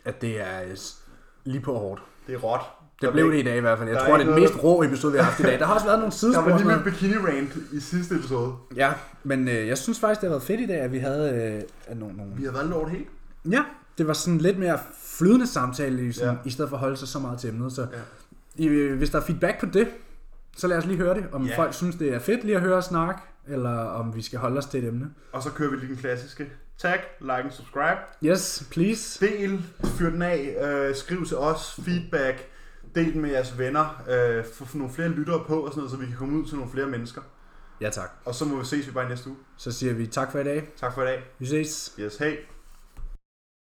A: At det er øh, s- lige på hårdt.
B: Det er råt.
A: Det blev det i dag i hvert fald. Jeg
B: der er
A: tror, det er
B: ikke
A: den mest
B: noget,
A: rå episode, vi har haft i dag. Der har også været nogle
B: Der
A: sidespor.
B: var lige
A: og
B: med
A: sådan
B: en bikini rant i sidste episode.
A: noget. Ja, men øh, jeg synes faktisk, det har været fedt i dag, at vi havde øh, at nogle, nogle...
B: Vi har været lidt over det hele.
A: Ja, det var sådan lidt mere flydende samtale, ligesom, ja.
B: Ja.
A: i stedet for at holde sig så meget til emnet. Så
B: Ja.
A: I, øh, hvis der er feedback på det, så lad os lige høre det. Om
B: Ja.
A: folk synes, det er fedt lige at høre os snakke, eller om vi skal holde os til et emne.
B: Og så kører vi lige den klassiske tag, like and subscribe.
A: Yes, please.
B: Del, fyr den af, øh, skriv til os, feedback, del den med jeres venner, øh, få få nogle flere lyttere på og sådan noget, så vi kan komme ud til nogle flere mennesker.
A: Ja tak.
B: Og så må vi ses vi bare i næste uge.
A: Så siger vi tak for i dag.
B: Tak for i dag.
A: Vi ses.
B: Yes, hej.